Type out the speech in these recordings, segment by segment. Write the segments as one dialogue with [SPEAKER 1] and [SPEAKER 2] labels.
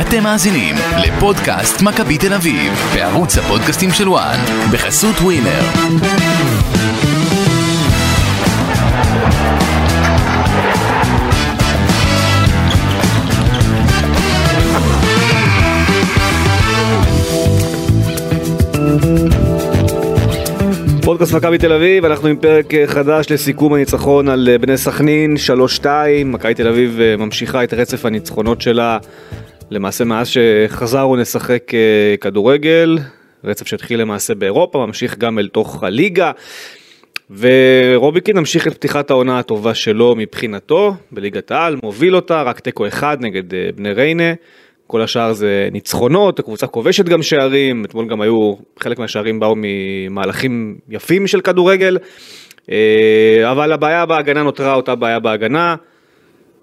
[SPEAKER 1] אתם מאזינים לפודקאסט מכבי תל אביב, בערוץ הפודקאסטים של וואן, בחסות ווינר.
[SPEAKER 2] פודקאסט מכבי תל אביב, אנחנו עם פרק אה, חדש לסיכום הניצחון על אה, בני סכנין, 3-2, מכבי תל אביב אה, ממשיכה את רצף הניצחונות שלה למעשה מאז שחזרנו לשחק אה, כדורגל, רצף שהתחיל למעשה באירופה, ממשיך גם אל תוך הליגה, ורוביקין המשיך את פתיחת העונה הטובה שלו מבחינתו, בליגת העל, מוביל אותה, רק תיקו אחד נגד אה, בני ריינה. כל השאר זה ניצחונות, הקבוצה כובשת גם שערים, אתמול גם היו, חלק מהשערים באו ממהלכים יפים של כדורגל, אה, אבל הבעיה בהגנה נותרה אותה בעיה בהגנה,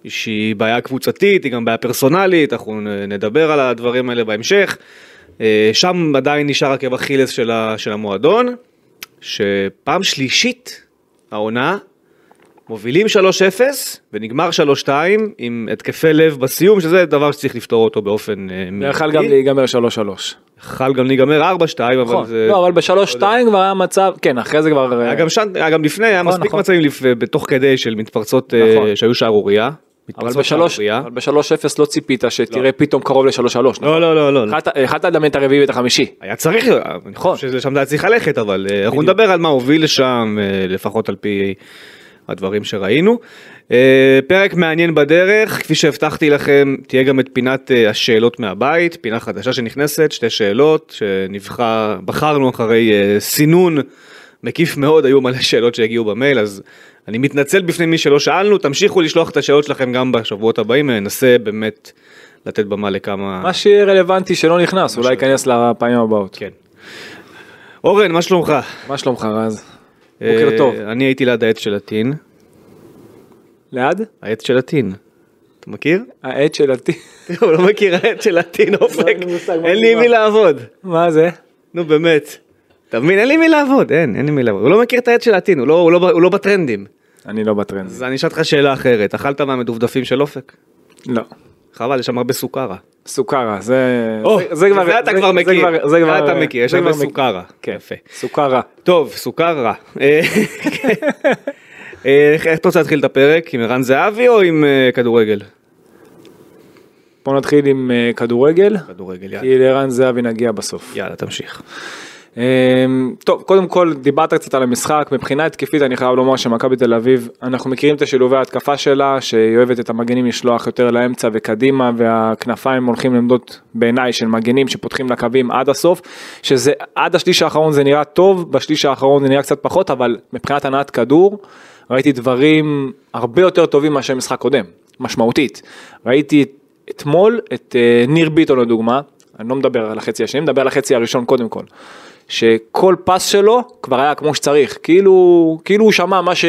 [SPEAKER 2] שהיא בעיה קבוצתית, היא גם בעיה פרסונלית, אנחנו נ- נדבר על הדברים האלה בהמשך. אה, שם עדיין נשאר עקב אכילס של, ה- של המועדון, שפעם שלישית העונה מובילים 3-0 ונגמר 3-2 עם התקפי לב בסיום, שזה דבר שצריך לפתור אותו באופן אה,
[SPEAKER 3] זה יכל
[SPEAKER 2] מיידי.
[SPEAKER 3] גם להיגמר 3-3.
[SPEAKER 2] יכל גם להיגמר 4-2, אבל
[SPEAKER 3] נכון.
[SPEAKER 2] זה...
[SPEAKER 3] לא, אבל ב-3-2 כבר היה מצב, כן, אחרי זה כבר...
[SPEAKER 2] היה גם שם, היה גם לפני, היה
[SPEAKER 3] נכון,
[SPEAKER 2] מספיק
[SPEAKER 3] נכון.
[SPEAKER 2] מצבים לפ- בתוך כדי של מתפרצות אה,
[SPEAKER 3] נכון.
[SPEAKER 2] שהיו שערורייה.
[SPEAKER 3] אבל
[SPEAKER 2] מתפרצות שערורייה.
[SPEAKER 3] ב-3-0 לא ציפית שתראה פתאום קרוב ל-3-3.
[SPEAKER 2] לא, לא, לא, לא, לא.
[SPEAKER 3] יכלת לדמיין את הרביעי ואת החמישי.
[SPEAKER 2] היה צריך, אני חושב שלשם זה היה צריך ללכת, אבל אה, אנחנו נדבר על מה הוביל לשם, אה, לפחות על פי הדברים שראינו. אה, פרק מעניין בדרך, כפי שהבטחתי לכם, תהיה גם את פינת אה, השאלות מהבית, פינה חדשה שנכנסת, שתי שאלות, שבחרנו אחרי אה, סינון מקיף מאוד, היו מלא שאלות שהגיעו במייל, אז אני מתנצל בפני מי שלא שאלנו, תמשיכו לשלוח את השאלות שלכם גם בשבועות הבאים, ננסה באמת לתת במה לכמה...
[SPEAKER 3] מה שיהיה רלוונטי שלא נכנס, אולי ייכנס לפעמים הבאות.
[SPEAKER 2] כן. אורן, מה שלומך?
[SPEAKER 3] מה שלומך רז? בוקר טוב.
[SPEAKER 2] אה, אני הייתי ליד העץ של הטין.
[SPEAKER 3] ליד?
[SPEAKER 2] העץ של הטין. אתה מכיר?
[SPEAKER 3] העט של הטי...
[SPEAKER 2] הוא לא מכיר העץ של הטין, אופק.
[SPEAKER 3] לא, לי מושג מה
[SPEAKER 2] אין
[SPEAKER 3] זה
[SPEAKER 2] לי עם מי
[SPEAKER 3] מה.
[SPEAKER 2] לעבוד.
[SPEAKER 3] מה זה?
[SPEAKER 2] נו באמת. אתה מבין? אין לי מי לעבוד. אין, אין לי מי לעבוד. הוא לא מכיר את העץ של הטין, הוא לא- הוא לא ב- הוא לא בטרנדים.
[SPEAKER 3] אני לא בטרנד.
[SPEAKER 2] אז אני אשאל אותך שאלה אחרת. אכלת מהמדופדפים של אופק?
[SPEAKER 3] לא.
[SPEAKER 2] חבל, יש שם הרבה סוכרה.
[SPEAKER 3] סוכרה, זה...
[SPEAKER 2] זה- זה אתה כבר מכיר.
[SPEAKER 3] זה
[SPEAKER 2] זה
[SPEAKER 3] כבר...
[SPEAKER 2] אתה מכיר, יש
[SPEAKER 3] זה
[SPEAKER 2] הרבה
[SPEAKER 3] כבר מכיר.
[SPEAKER 2] סוכרה.
[SPEAKER 3] כן.
[SPEAKER 2] יפה.
[SPEAKER 3] סוכרה.
[SPEAKER 2] טוב, סוכר רע. אה, אה, איך אתה רוצה להתחיל את הפרק? עם ערן זהבי או עם אה, כדורגל?
[SPEAKER 3] בוא נתחיל עם אה, כדורגל,
[SPEAKER 2] כדורגל, יאללה.
[SPEAKER 3] כי לערן זהבי נגיע בסוף.
[SPEAKER 2] יאללה, תמשיך.
[SPEAKER 3] אמ, טוב, קודם כל דיברת קצת על המשחק, מבחינה התקפית אני חייב לומר שמכבי תל אביב, אנחנו מכירים את השילובי ההתקפה שלה, שהיא אוהבת את המגנים לשלוח יותר לאמצע וקדימה, והכנפיים הולכים לעמדות בעיניי של מגנים שפותחים לקווים עד הסוף, שזה עד השליש האחרון זה נראה טוב, בשליש האחרון זה נראה קצת פחות, אבל מבחינת הנעת כדור, ראיתי דברים הרבה יותר טובים מאשר משחק קודם, משמעותית. ראיתי אתמול את אה, ניר ביטון לדוגמה, אני לא מדבר על החצי השני, מדבר על החצי הראשון קודם כל. שכל פס שלו כבר היה כמו שצריך, כאילו, כאילו הוא שמע מה, ש...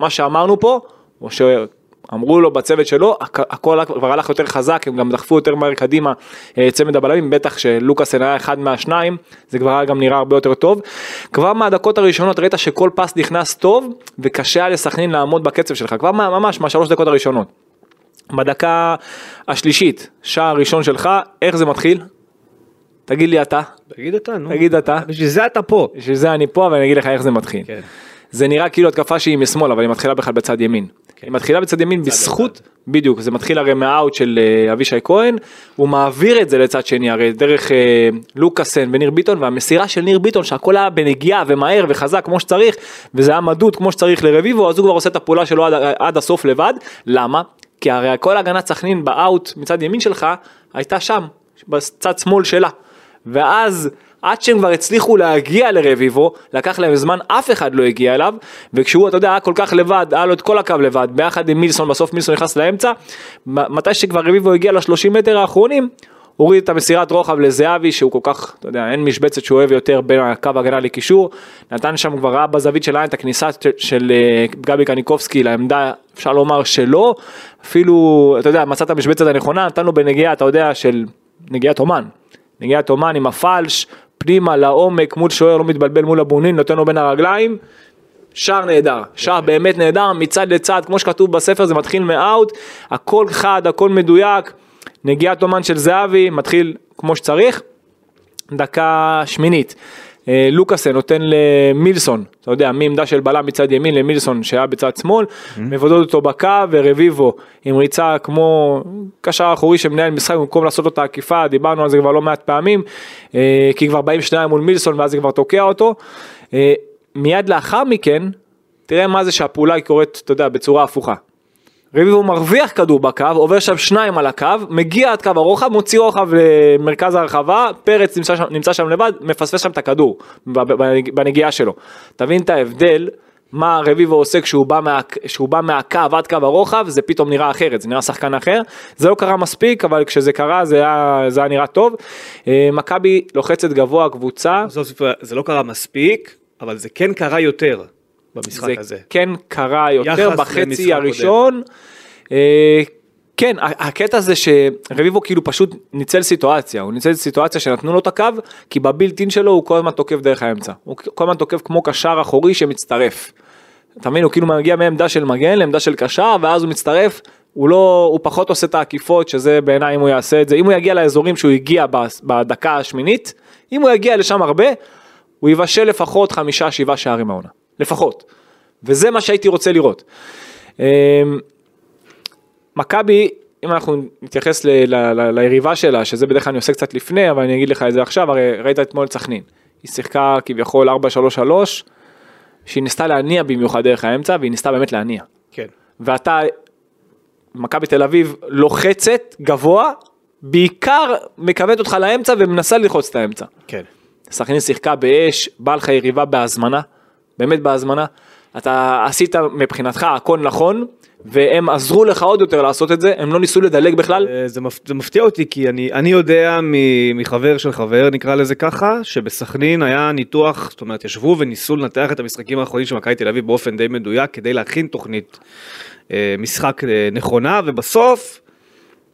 [SPEAKER 3] מה שאמרנו פה, או שאמרו לו בצוות שלו, הכ- הכל כבר הלך יותר חזק, הם גם דחפו יותר מהר קדימה אה, צמד הבלמים, בטח שלוקאסן היה אחד מהשניים, זה כבר היה גם נראה הרבה יותר טוב. כבר מהדקות הראשונות ראית שכל פס נכנס טוב, וקשה היה לסכנין לעמוד בקצב שלך, כבר מה, ממש מהשלוש דקות הראשונות. בדקה השלישית, שער ראשון שלך, איך זה מתחיל? תגיד לי אתה.
[SPEAKER 2] תגיד אתה, נו.
[SPEAKER 3] תגיד אתה.
[SPEAKER 2] בשביל זה אתה פה.
[SPEAKER 3] בשביל זה אני פה, אבל אני אגיד לך איך זה מתחיל.
[SPEAKER 2] כן.
[SPEAKER 3] זה נראה כאילו התקפה שהיא משמאל, אבל היא מתחילה בכלל בצד ימין. היא מתחילה בצד ימין בזכות, בדיוק, זה מתחיל הרי מהאוט של אה, אבישי כהן, הוא מעביר את זה לצד שני, הרי דרך אה, לוקאסן וניר ביטון, והמסירה של ניר ביטון, שהכל היה בנגיעה ומהר וחזק כמו שצריך, וזה היה מדוד כמו שצריך לרביבו, אז הוא כבר עושה את הפעולה שלו עד, עד הסוף לבד. למה? כי הרי כל הגנת סכנין באאוט מצד ימין שלך, הייתה שם, בצד שמאל שלה. ואז עד שהם כבר הצליחו להגיע לרביבו, לקח להם זמן, אף אחד לא הגיע אליו, וכשהוא, אתה יודע, היה כל כך לבד, היה לו את כל הקו לבד, ביחד עם מילסון, בסוף מילסון נכנס לאמצע, מ- מתי שכבר רביבו הגיע ל-30 מטר האחרונים, הוריד את המסירת רוחב לזהבי, שהוא כל כך, אתה יודע, אין משבצת שהוא אוהב יותר בין הקו הגנה לקישור, נתן שם כבר ראה בזווית של העין את הכניסה של, של אה, גבי קניקובסקי לעמדה, אפשר לומר שלא, אפילו, אתה יודע, מצא את המשבצת הנכונה, נתן לו בנגיעה, אתה יודע, של נגיעת אומן. נגיעת אומן עם הפלש, פנימה לעומק מול שוער, לא מתבלבל מול הבונין, נותן לו בין הרגליים. שער נהדר, שער באמת נהדר, מצד לצד, כמו שכתוב בספר, זה מתחיל מאאוט, הכל חד, הכל מדויק. נגיעת אומן של זהבי, מתחיל כמו שצריך, דקה שמינית. אה, לוקאסן נותן למילסון, אתה יודע, מעמדה של בלם מצד ימין למילסון שהיה בצד שמאל, מבודד אותו בקו ורביבו עם ריצה כמו קשר אחורי שמנהל משחק במקום לעשות לו את העקיפה, דיברנו על זה כבר לא מעט פעמים, אה, כי כבר באים שניים מול מילסון ואז זה כבר תוקע אותו. אה, מיד לאחר מכן, תראה מה זה שהפעולה היא קורית, אתה יודע, בצורה הפוכה. רביבו מרוויח כדור בקו, עובר שם שניים על הקו, מגיע עד קו הרוחב, מוציא רוחב למרכז הרחבה, פרץ נמצא שם, נמצא שם לבד, מפספס שם את הכדור בנג- בנגיעה שלו. תבין את ההבדל, מה רביבו עושה כשהוא בא, מה, כשהוא בא מהקו עד קו הרוחב, זה פתאום נראה אחרת, זה נראה שחקן אחר. זה לא קרה מספיק, אבל כשזה קרה זה היה, זה היה נראה טוב. אה, מכבי לוחצת גבוה קבוצה,
[SPEAKER 2] בסוף זה לא קרה מספיק, אבל זה כן קרה יותר במשחק
[SPEAKER 3] זה
[SPEAKER 2] הזה.
[SPEAKER 3] כן קרה יותר
[SPEAKER 2] יחס למשחק
[SPEAKER 3] בחצי הראשון. אה, כן, ה- הקטע זה שרביבו כאילו פשוט ניצל סיטואציה, הוא ניצל סיטואציה שנתנו לו את הקו, כי בבילטין שלו הוא כל הזמן תוקף דרך האמצע. הוא כל הזמן תוקף כמו קשר אחורי שמצטרף. אתה מבין, הוא כאילו מגיע מעמדה של מגן לעמדה של קשר, ואז הוא מצטרף, הוא לא, הוא פחות עושה את העקיפות, שזה בעיניי אם הוא יעשה את זה, אם הוא יגיע לאזורים שהוא הגיע בס- בדקה השמינית, אם הוא יגיע לשם הרבה, הוא יבשל לפחות חמישה, שבעה שערים העונה. לפחות. וזה מה שהייתי רוצה לראות. אמ, מכבי, אם אנחנו נתייחס ל, ל, ל, ליריבה שלה, שזה בדרך כלל אני עושה קצת לפני, אבל אני אגיד לך את זה עכשיו, הרי ראית אתמול את סכנין. היא שיחקה כביכול 4-3-3, שהיא ניסתה להניע במיוחד דרך האמצע, והיא ניסתה באמת להניע.
[SPEAKER 2] כן.
[SPEAKER 3] ואתה, מכבי תל אביב לוחצת גבוה, בעיקר מכוונת אותך לאמצע ומנסה ללחוץ את האמצע.
[SPEAKER 2] כן.
[SPEAKER 3] סכנין שיחקה באש, בא לך יריבה בהזמנה, באמת בהזמנה. אתה עשית מבחינתך הכל נכון, והם עזרו לך עוד יותר לעשות את זה, הם לא ניסו לדלג בכלל.
[SPEAKER 2] אה, זה, מפ... זה מפתיע אותי כי אני, אני יודע מ... מחבר של חבר נקרא לזה ככה שבסכנין היה ניתוח זאת אומרת ישבו וניסו לנתח את המשחקים האחרונים של מכבי תל אביב באופן די מדויק כדי להכין תוכנית אה, משחק אה, נכונה ובסוף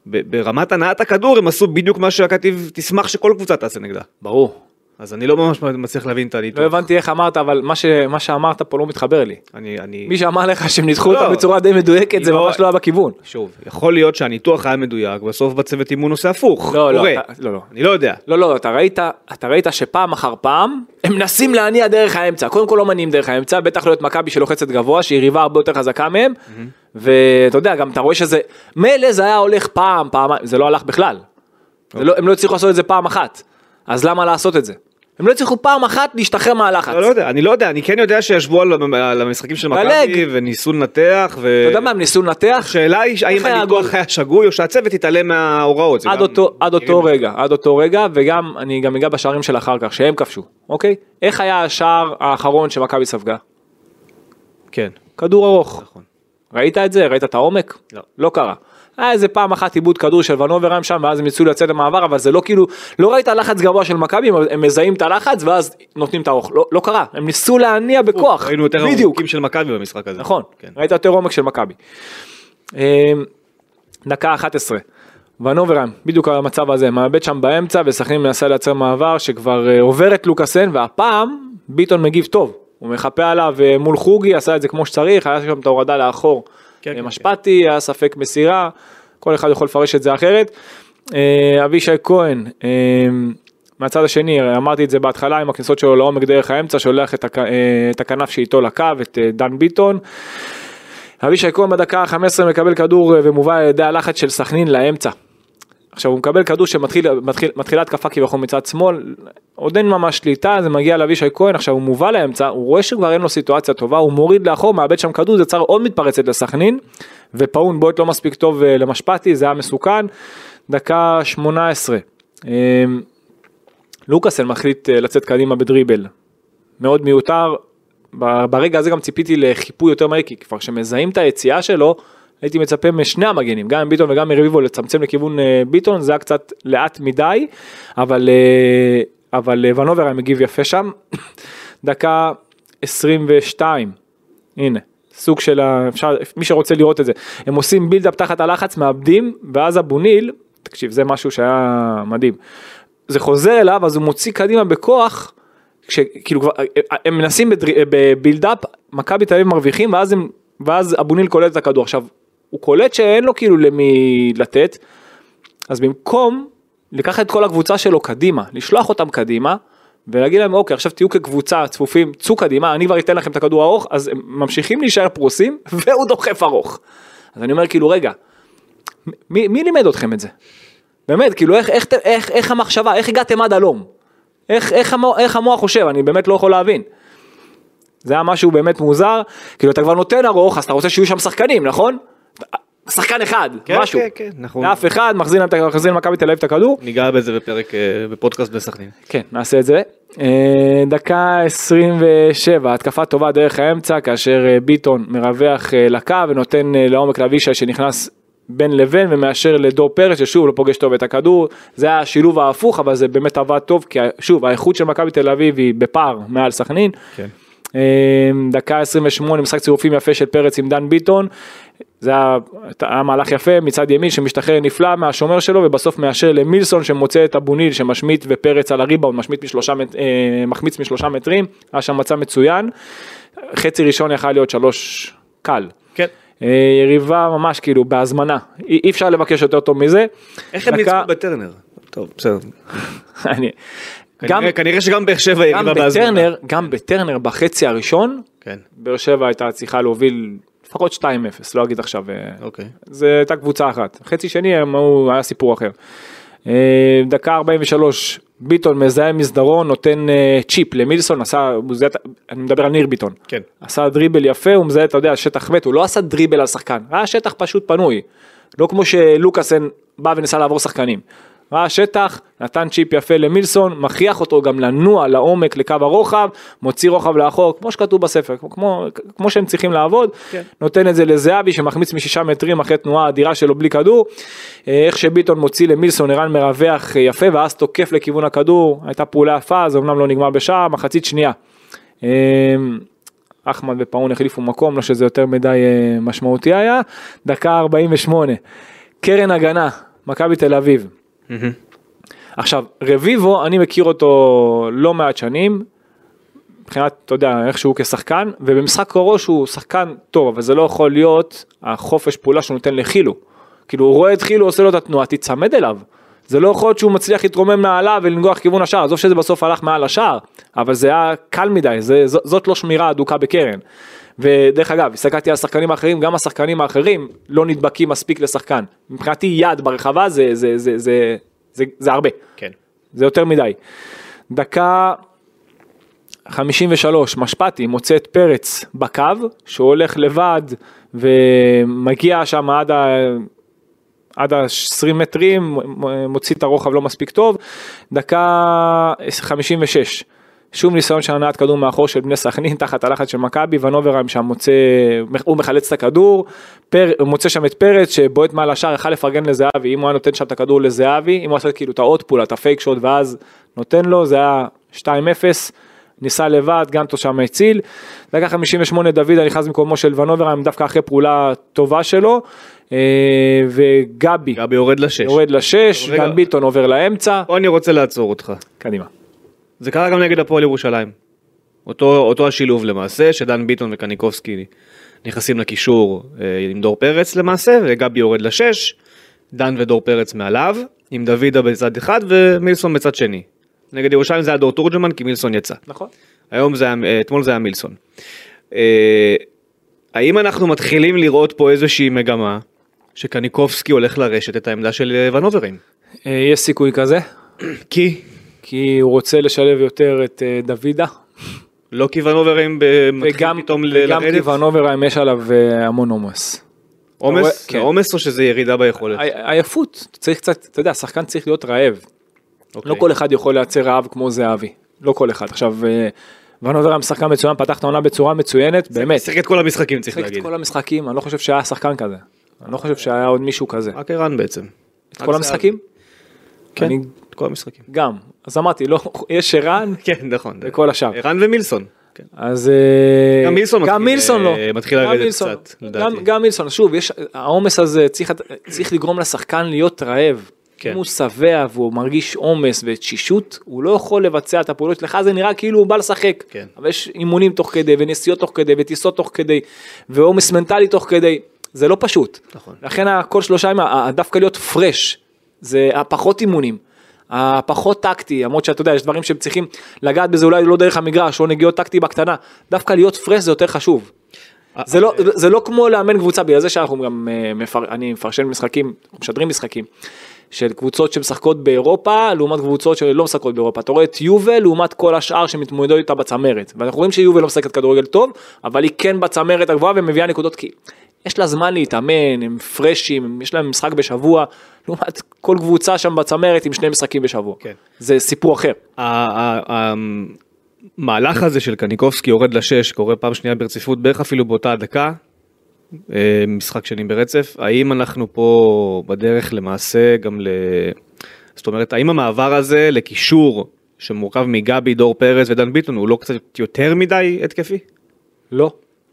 [SPEAKER 2] ב... ברמת הנעת הכדור הם עשו בדיוק מה שהכתיב תשמח שכל קבוצה תעשה נגדה
[SPEAKER 3] ברור.
[SPEAKER 2] אז אני לא ממש מצליח להבין את הניתוח.
[SPEAKER 3] לא הבנתי איך אמרת, אבל מה, ש... מה שאמרת פה לא מתחבר לי.
[SPEAKER 2] אני, אני...
[SPEAKER 3] מי שאמר לך שהם ניתחו
[SPEAKER 2] לא.
[SPEAKER 3] אותה בצורה די מדויקת, זה
[SPEAKER 2] לא-
[SPEAKER 3] ממש לא היה בכיוון.
[SPEAKER 2] שוב יכול להיות שהניתוח היה מדויק בסוף בצוות אימון עושה הפוך.
[SPEAKER 3] לא, לא,
[SPEAKER 2] קורה.
[SPEAKER 3] אתה- לא, לא.
[SPEAKER 2] אני לא יודע.
[SPEAKER 3] לא, לא, אתה ראית, אתה ראית שפעם אחר פעם, הם מנסים להניע דרך האמצע. קודם כל לא מניעים דרך האמצע, בטח לא את מכבי שלוחצת גבוה, שהיא יריבה הרבה יותר חזקה מהם. ואתה יודע, גם אתה רואה שזה, מילא זה היה הולך פעם, פעמיים, זה לא הלך בכלל. זה לא, הם לא הצליחו לעשות את זה פעם אחת. אז למה לעשות את זה? הם לא הצליחו פעם אחת להשתחרר מהלחץ.
[SPEAKER 2] לא, לא יודע, אני לא יודע, אני כן יודע שישבו על, המ- על המשחקים של מכבי
[SPEAKER 3] דלג.
[SPEAKER 2] וניסו לנתח,
[SPEAKER 3] אתה יודע מה, הם ניסו לנתח,
[SPEAKER 2] והשאלה היא האם
[SPEAKER 3] איך היה
[SPEAKER 2] הניתוח
[SPEAKER 3] הגול?
[SPEAKER 2] היה שגוי או שהצוות התעלם מההוראות. זה
[SPEAKER 3] עד
[SPEAKER 2] גם- כאילו
[SPEAKER 3] אותו, עד אותו
[SPEAKER 2] מכירים.
[SPEAKER 3] רגע, עד אותו רגע, וגם, אני גם אגע בשערים של אחר כך, שהם כבשו, אוקיי? איך היה השער האחרון שמכבי ספגה?
[SPEAKER 2] כן,
[SPEAKER 3] כדור ארוך.
[SPEAKER 2] נכון.
[SPEAKER 3] ראית את זה? ראית את העומק?
[SPEAKER 2] לא.
[SPEAKER 3] לא קרה. היה איזה פעם אחת עיבוד כדור של ונוברהם שם, ואז הם יצאו לצאת למעבר, אבל זה לא כאילו, לא ראית לחץ גבוה של מכבי, הם- הם מזהים את הלחץ, ואז נותנים את האורך. לא, לא קרה, הם ניסו להניע בכוח.
[SPEAKER 2] ראינו יותר
[SPEAKER 3] בדיוק.
[SPEAKER 2] עומקים של מכבי במשחק הזה.
[SPEAKER 3] נכון,
[SPEAKER 2] כן.
[SPEAKER 3] ראית יותר עומק של מכבי. אה, דקה 11. ונוברהיים, בדיוק על המצב הזה, מאבד שם באמצע וסכנין מנסה לייצר מעבר שכבר אה, עובר את לוקאסן והפעם ביטון מגיב טוב, הוא מחפה עליו אה, מול חוגי, עשה את זה כמו שצריך, היה שם את ההורדה לאחור אה,
[SPEAKER 2] כן, כן,
[SPEAKER 3] משפטי, היה ספק מסירה, כל אחד יכול לפרש את זה אחרת. אה, אבישי כהן, אה, מהצד השני, הרי אמרתי את זה בהתחלה עם הכניסות שלו לעומק דרך האמצע, שולח את, הכ, אה, את הכנף שאיתו לקו, את אה, דן ביטון. אבישי כהן בדקה ה-15 מקבל כדור אה, ומובא על ידי הלחץ של סכנין לאמצע. עכשיו הוא מקבל כדור שמתחילה מתחיל, מתחילה התקפה כביכול מצד שמאל, עוד אין ממש שליטה, זה מגיע לאבישי כהן, עכשיו הוא מובא לאמצע, הוא רואה שכבר אין לו סיטואציה טובה, הוא מוריד לאחור, מאבד שם כדור, זה יצר עוד מתפרצת לסכנין, ופאון בועט לא מספיק טוב אה, למשפטי, זה היה מסוכן, דקה 18. אה, לוקאסן מחליט אה, לצאת קדימה בדריבל, מאוד מיותר. ב- ברגע הזה גם ציפיתי לחיפוי יותר מהיר, כי כבר כשמזהים את היציאה שלו, הייתי מצפה משני המגנים, גם מביטון וגם מרביבו, לצמצם לכיוון אה, ביטון, זה היה קצת לאט מדי, אבל, אה, אבל אה, ונובר היה מגיב יפה שם. דקה 22, הנה, סוג של, ה- אפשר, מי שרוצה לראות את זה, הם עושים בילדאפ תחת הלחץ, מאבדים, ואז אבוניל, תקשיב, זה משהו שהיה מדהים. זה חוזר אליו, אז הוא מוציא קדימה בכוח, כשכאילו כבר, הם מנסים בדר- בבילדאפ, מכבי תל אביב מרוויחים, ואז, הם- ואז אבוניל קולט את הכדור. עכשיו, הוא קולט שאין לו כאילו למי לתת, אז במקום לקחת את כל הקבוצה שלו קדימה, לשלוח אותם קדימה, ולהגיד להם אוקיי עכשיו תהיו כקבוצה צפופים צאו קדימה אני כבר אתן לכם את הכדור הארוך אז הם ממשיכים להישאר פרוסים והוא דוחף ארוך. אז אני אומר כאילו רגע מי, מי לימד אתכם את זה? באמת כאילו איך, איך, איך, איך המחשבה איך הגעתם עד הלום? איך, איך, המוח, איך המוח חושב אני באמת לא יכול להבין. זה היה משהו באמת מוזר כאילו אתה כבר נותן ארוך אז אתה רוצה שיהיו שם שחקנים נכון? שחקן אחד
[SPEAKER 2] כן,
[SPEAKER 3] משהו.
[SPEAKER 2] כן, כן, נכון.
[SPEAKER 3] לאף אחד מחזיר להם את ה- מחזיר למכבי תל אביב את הכדור.
[SPEAKER 2] ניגע בזה בפרק, אה, בפודקאסט בסכנין.
[SPEAKER 3] כן, נעשה את זה. אה, דקה 27, התקפה טובה דרך האמצע, כאשר אה, ביטון מרווח אה, לקו ונותן אה, לעומק לאבישי שנכנס בין לבין ומאשר לדור פרץ ששוב לא פוגש טוב את הכדור. זה היה השילוב ההפוך, אבל זה באמת עבד טוב, כי ה- שוב, האיכות של מכבי תל אביב היא בפער מעל סכנין.
[SPEAKER 2] כן.
[SPEAKER 3] אה, דקה 28 משחק צירופים יפה של פרץ עם דן ביטון. זה היה, היה מהלך יפה מצד ימין שמשתחרר נפלא מהשומר שלו ובסוף מאשר למילסון שמוצא את אבו ניל שמשמיט ופרץ על הריבאונד משמיט משלושה, מט- אה, מחמיץ משלושה מטרים, היה שם מצע מצוין. חצי ראשון יכל להיות שלוש קל.
[SPEAKER 2] כן.
[SPEAKER 3] אה, יריבה ממש כאילו בהזמנה, אי, אי אפשר לבקש יותר טוב מזה.
[SPEAKER 2] איך הם
[SPEAKER 3] דקה-
[SPEAKER 2] ניצחו בטרנר? טוב, בסדר.
[SPEAKER 3] אני- גם,
[SPEAKER 2] כנראה- כנראה שגם באר שבע
[SPEAKER 3] גם
[SPEAKER 2] יריבה בהזמנה.
[SPEAKER 3] בטרנר, גם בטרנר בחצי הראשון
[SPEAKER 2] כן,
[SPEAKER 3] באר שבע הייתה צריכה להוביל לפחות 2-0, לא אגיד עכשיו, אה,
[SPEAKER 2] אוקיי.
[SPEAKER 3] זה הייתה קבוצה אחת. חצי שני הם היו- היה סיפור אחר. אה, דקה 43, ביטון מזהה מסדרון, נותן אה, צ'יפ למילסון, עשה, הוא זיהה את ה- אני מדבר על ניר ביטון.
[SPEAKER 2] כן.
[SPEAKER 3] עשה דריבל יפה, הוא מזהה, אתה יודע, שטח מת, הוא לא עשה דריבל על שחקן, היה שטח פשוט פנוי. לא כמו שלוקאסן בא וניסה לעבור שחקנים. ראה שטח, נתן צ'יפ יפה למילסון, מכריח אותו גם לנוע לעומק לקו הרוחב, מוציא רוחב לאחור, כמו שכתוב בספר, כמו- כמו, כמו שהם צריכים לעבוד,
[SPEAKER 2] כן.
[SPEAKER 3] נותן את זה לזהבי שמחמיץ משישה מטרים אחרי תנועה אדירה שלו בלי כדור, אה, איך שביטון מוציא למילסון, ערן מרווח אה, יפה ואז תוקף לכיוון הכדור, הייתה פעולה יפה, זה אמנם לא נגמר בשעה, מחצית שנייה. אה, אחמד ופאון החליפו מקום, לא שזה יותר מדי אה, משמעותי היה. דקה 48. קרן הגנה, מכבי תל אביב. עכשיו, רביבו, אני מכיר אותו לא מעט שנים, מבחינת, אתה יודע, איך שהוא כשחקן, ובמשחק הראש הוא שחקן טוב, אבל זה לא יכול להיות החופש פעולה שהוא נותן לחילו. כאילו, הוא רואה את חילו, עושה לו את התנועה, תיצמד אליו. זה לא יכול להיות שהוא מצליח להתרומם מעליו ולנגוח כיוון השער, עזוב שזה בסוף הלך מעל השער, אבל זה היה קל מדי, זה, ז, זאת לא שמירה אדוקה בקרן. ודרך אגב, הסתכלתי על השחקנים האחרים, גם השחקנים האחרים לא נדבקים מספיק לשחקן. מבחינתי יד ברחבה זה, זה, זה, זה, זה, זה, זה הרבה.
[SPEAKER 2] כן.
[SPEAKER 3] זה יותר מדי. דקה 53, משפטי מוצא את פרץ בקו, שהוא הולך לבד ומגיע שם עד ה... עד ה-20 מטרים, מ- מוציא את הרוחב לא מספיק טוב. דקה 56, שום ניסיון של הנעת כדור מאחור של בני סכנין תחת הלחץ של מכבי, ונוברהיים שם מוצא, הוא מחלץ את הכדור, פר, הוא מוצא שם את פרץ שבועט מעל השער, יכל לפרגן לזהבי, אם הוא היה נותן שם את הכדור לזהבי, אם הוא עושה כאילו את העוד פעולה, את הפייק שוט, ואז נותן לו, זה היה 2-0. ניסה לבד, גנטו שם הציל. דקה 58 דוידה נכנס במקומו של ונוברהיים דווקא אחרי פעולה טובה שלו. אה, וגבי
[SPEAKER 2] גבי יורד לשש.
[SPEAKER 3] יורד לשש,
[SPEAKER 2] רגע.
[SPEAKER 3] דן ביטון עובר לאמצע,
[SPEAKER 2] פה אני רוצה לעצור אותך.
[SPEAKER 3] קדימה.
[SPEAKER 2] זה קרה גם נגד הפועל ירושלים. אותו, אותו השילוב למעשה, שדן ביטון וקניקובסקי נכנסים לקישור אה, עם דור פרץ למעשה, וגבי יורד לשש, דן ודור פרץ מעליו, עם דוידה בצד אחד ומילסון בצד שני. נגד ירושלים זה היה דור תורג'מן כי מילסון יצא.
[SPEAKER 3] נכון.
[SPEAKER 2] היום זה היה, אה, אתמול זה היה מילסון. אה, האם אנחנו מתחילים לראות פה איזושהי מגמה שקניקובסקי הולך לרשת את העמדה של אה, ונוברים?
[SPEAKER 3] יש סיכוי כזה,
[SPEAKER 2] כי?
[SPEAKER 3] כי הוא רוצה לשלב יותר את אה, דוידה,
[SPEAKER 2] לא כי ונוברים ב- מתחיל
[SPEAKER 3] וגם
[SPEAKER 2] פתאום ל-
[SPEAKER 3] וגם כי
[SPEAKER 2] לרדת?
[SPEAKER 3] ונוברהיים יש עליו אה, המון עומס.
[SPEAKER 2] עומס?
[SPEAKER 3] כן.
[SPEAKER 2] כן. עומס או שזה ירידה ביכולת?
[SPEAKER 3] ע- עייפות, צריך קצת, אתה יודע, שחקן צריך להיות רעב.
[SPEAKER 2] אוקיי.
[SPEAKER 3] לא כל אחד יכול לייצר רעב כמו זהבי, לא כל אחד. עכשיו, אה, ונוברהיים שחקן מצוין, פתח את העונה בצורה מצוינת, באמת.
[SPEAKER 2] שיחק את כל המשחקים צריך
[SPEAKER 3] שיחק
[SPEAKER 2] להגיד.
[SPEAKER 3] את כל המשחקים, אני לא חושב שהיה שחקן כזה. אני לא חושב שהיה עוד מישהו כזה.
[SPEAKER 2] רק ערן בעצם.
[SPEAKER 3] את כל המשחקים?
[SPEAKER 2] כן.
[SPEAKER 3] אני
[SPEAKER 2] את כל המשחקים.
[SPEAKER 3] גם. אז אמרתי, לא, יש ערן,
[SPEAKER 2] כן נכון.
[SPEAKER 3] וכל השאר.
[SPEAKER 2] ערן ומילסון. כן.
[SPEAKER 3] אז אה,
[SPEAKER 2] גם מילסון
[SPEAKER 3] גם
[SPEAKER 2] מתחיל,
[SPEAKER 3] מילסון לא,
[SPEAKER 2] אה, מתחיל
[SPEAKER 3] גם
[SPEAKER 2] לרדת
[SPEAKER 3] מילסון.
[SPEAKER 2] קצת, לדעתי.
[SPEAKER 3] גם- גם מילסון, שוב, יש, העומס הזה צריך, צריך לגרום לשחקן להיות רעב.
[SPEAKER 2] כן.
[SPEAKER 3] אם הוא שבע והוא מרגיש עומס ותשישות, הוא לא יכול לבצע את הפעולות שלך, זה נראה כאילו הוא בא לשחק.
[SPEAKER 2] כן.
[SPEAKER 3] אבל יש אימונים תוך כדי, ונסיעות תוך כדי, וטיסות תוך כדי, ועומס מנטלי תוך כדי, זה לא פשוט.
[SPEAKER 2] נכון.
[SPEAKER 3] לכן ה- כל שלושה ימים, ה- ה- דווקא להיות פרש, זה הפחות אימונים, הפחות טקטי, למרות שאתה יודע, יש דברים שהם צריכים לגעת בזה אולי לא דרך המגרש, או נגיעות טקטי בקטנה, דווקא להיות פרש זה יותר חשוב. זה לא, זה לא כמו לאמן קבוצה, בגלל זה שאנחנו גם, אה, מפר, אני מפרשן משחקים, משדרים משחקים, של קבוצות שמשחקות באירופה, לעומת קבוצות שלא משחקות באירופה. אתה רואה את יובל לעומת כל השאר שמתמודדות איתה בצמרת. ואנחנו רואים שיובל לא משחקת כדורגל טוב, אבל היא כן בצמרת הגבוהה ומביאה נקודות כי יש לה זמן להתאמן, הם פרשים, הם- יש להם משחק בשבוע, לעומת כל קבוצה שם בצמרת עם שני משחקים בשבוע.
[SPEAKER 2] כן.
[SPEAKER 3] זה סיפור אחר.
[SPEAKER 2] ה- ה- המהלך הזה של קניקובסקי יורד לשש קורה פעם שנייה ברציפות בערך אפילו באותה הדקה. אה, משחק שני ברצף האם אנחנו פה בדרך למעשה גם ל... זאת אומרת האם המעבר הזה לקישור שמורכב מגבי דור פרץ ודן ביטון הוא לא קצת יותר מדי התקפי?
[SPEAKER 3] לא.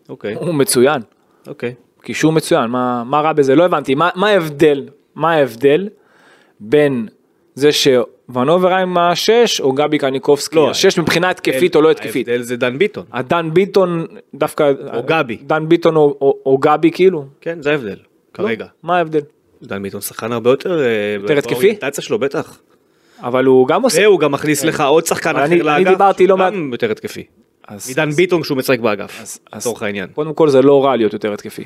[SPEAKER 2] אוקיי
[SPEAKER 3] הוא מצוין.
[SPEAKER 2] אוקיי.
[SPEAKER 3] קישור מצוין, מה, מה רע בזה? לא הבנתי, מה, מה ההבדל? מה ההבדל בין זה שוונובר היה עם השש או גבי קניקובסקי?
[SPEAKER 2] לא,
[SPEAKER 3] לא, השש מבחינה התקפית או לא התקפית.
[SPEAKER 2] ההבדל זה דן ביטון.
[SPEAKER 3] הדן ביטון דווקא...
[SPEAKER 2] או גבי.
[SPEAKER 3] דן ביטון או, או, או גבי כאילו?
[SPEAKER 2] כן זה ההבדל כרגע.
[SPEAKER 3] לא, מה ההבדל?
[SPEAKER 2] דן ביטון שחקן הרבה יותר... אה,
[SPEAKER 3] התקפי?
[SPEAKER 2] באוריינטציה שלו בטח.
[SPEAKER 3] אבל הוא גם עושה...
[SPEAKER 2] והוא גם מכניס לך עוד שחקן
[SPEAKER 3] כן. אבל
[SPEAKER 2] אחר
[SPEAKER 3] אני- אני
[SPEAKER 2] לאגף.
[SPEAKER 3] דיברתי לא
[SPEAKER 2] שהוא
[SPEAKER 3] מעט-
[SPEAKER 2] גם יותר התקפי.
[SPEAKER 3] אז-
[SPEAKER 2] עידן
[SPEAKER 3] אז-
[SPEAKER 2] ביטון כשהוא משחק באגף,
[SPEAKER 3] אז- אז-
[SPEAKER 2] לצורך העניין.
[SPEAKER 3] קודם כל זה לא רע להיות יותר התקפי.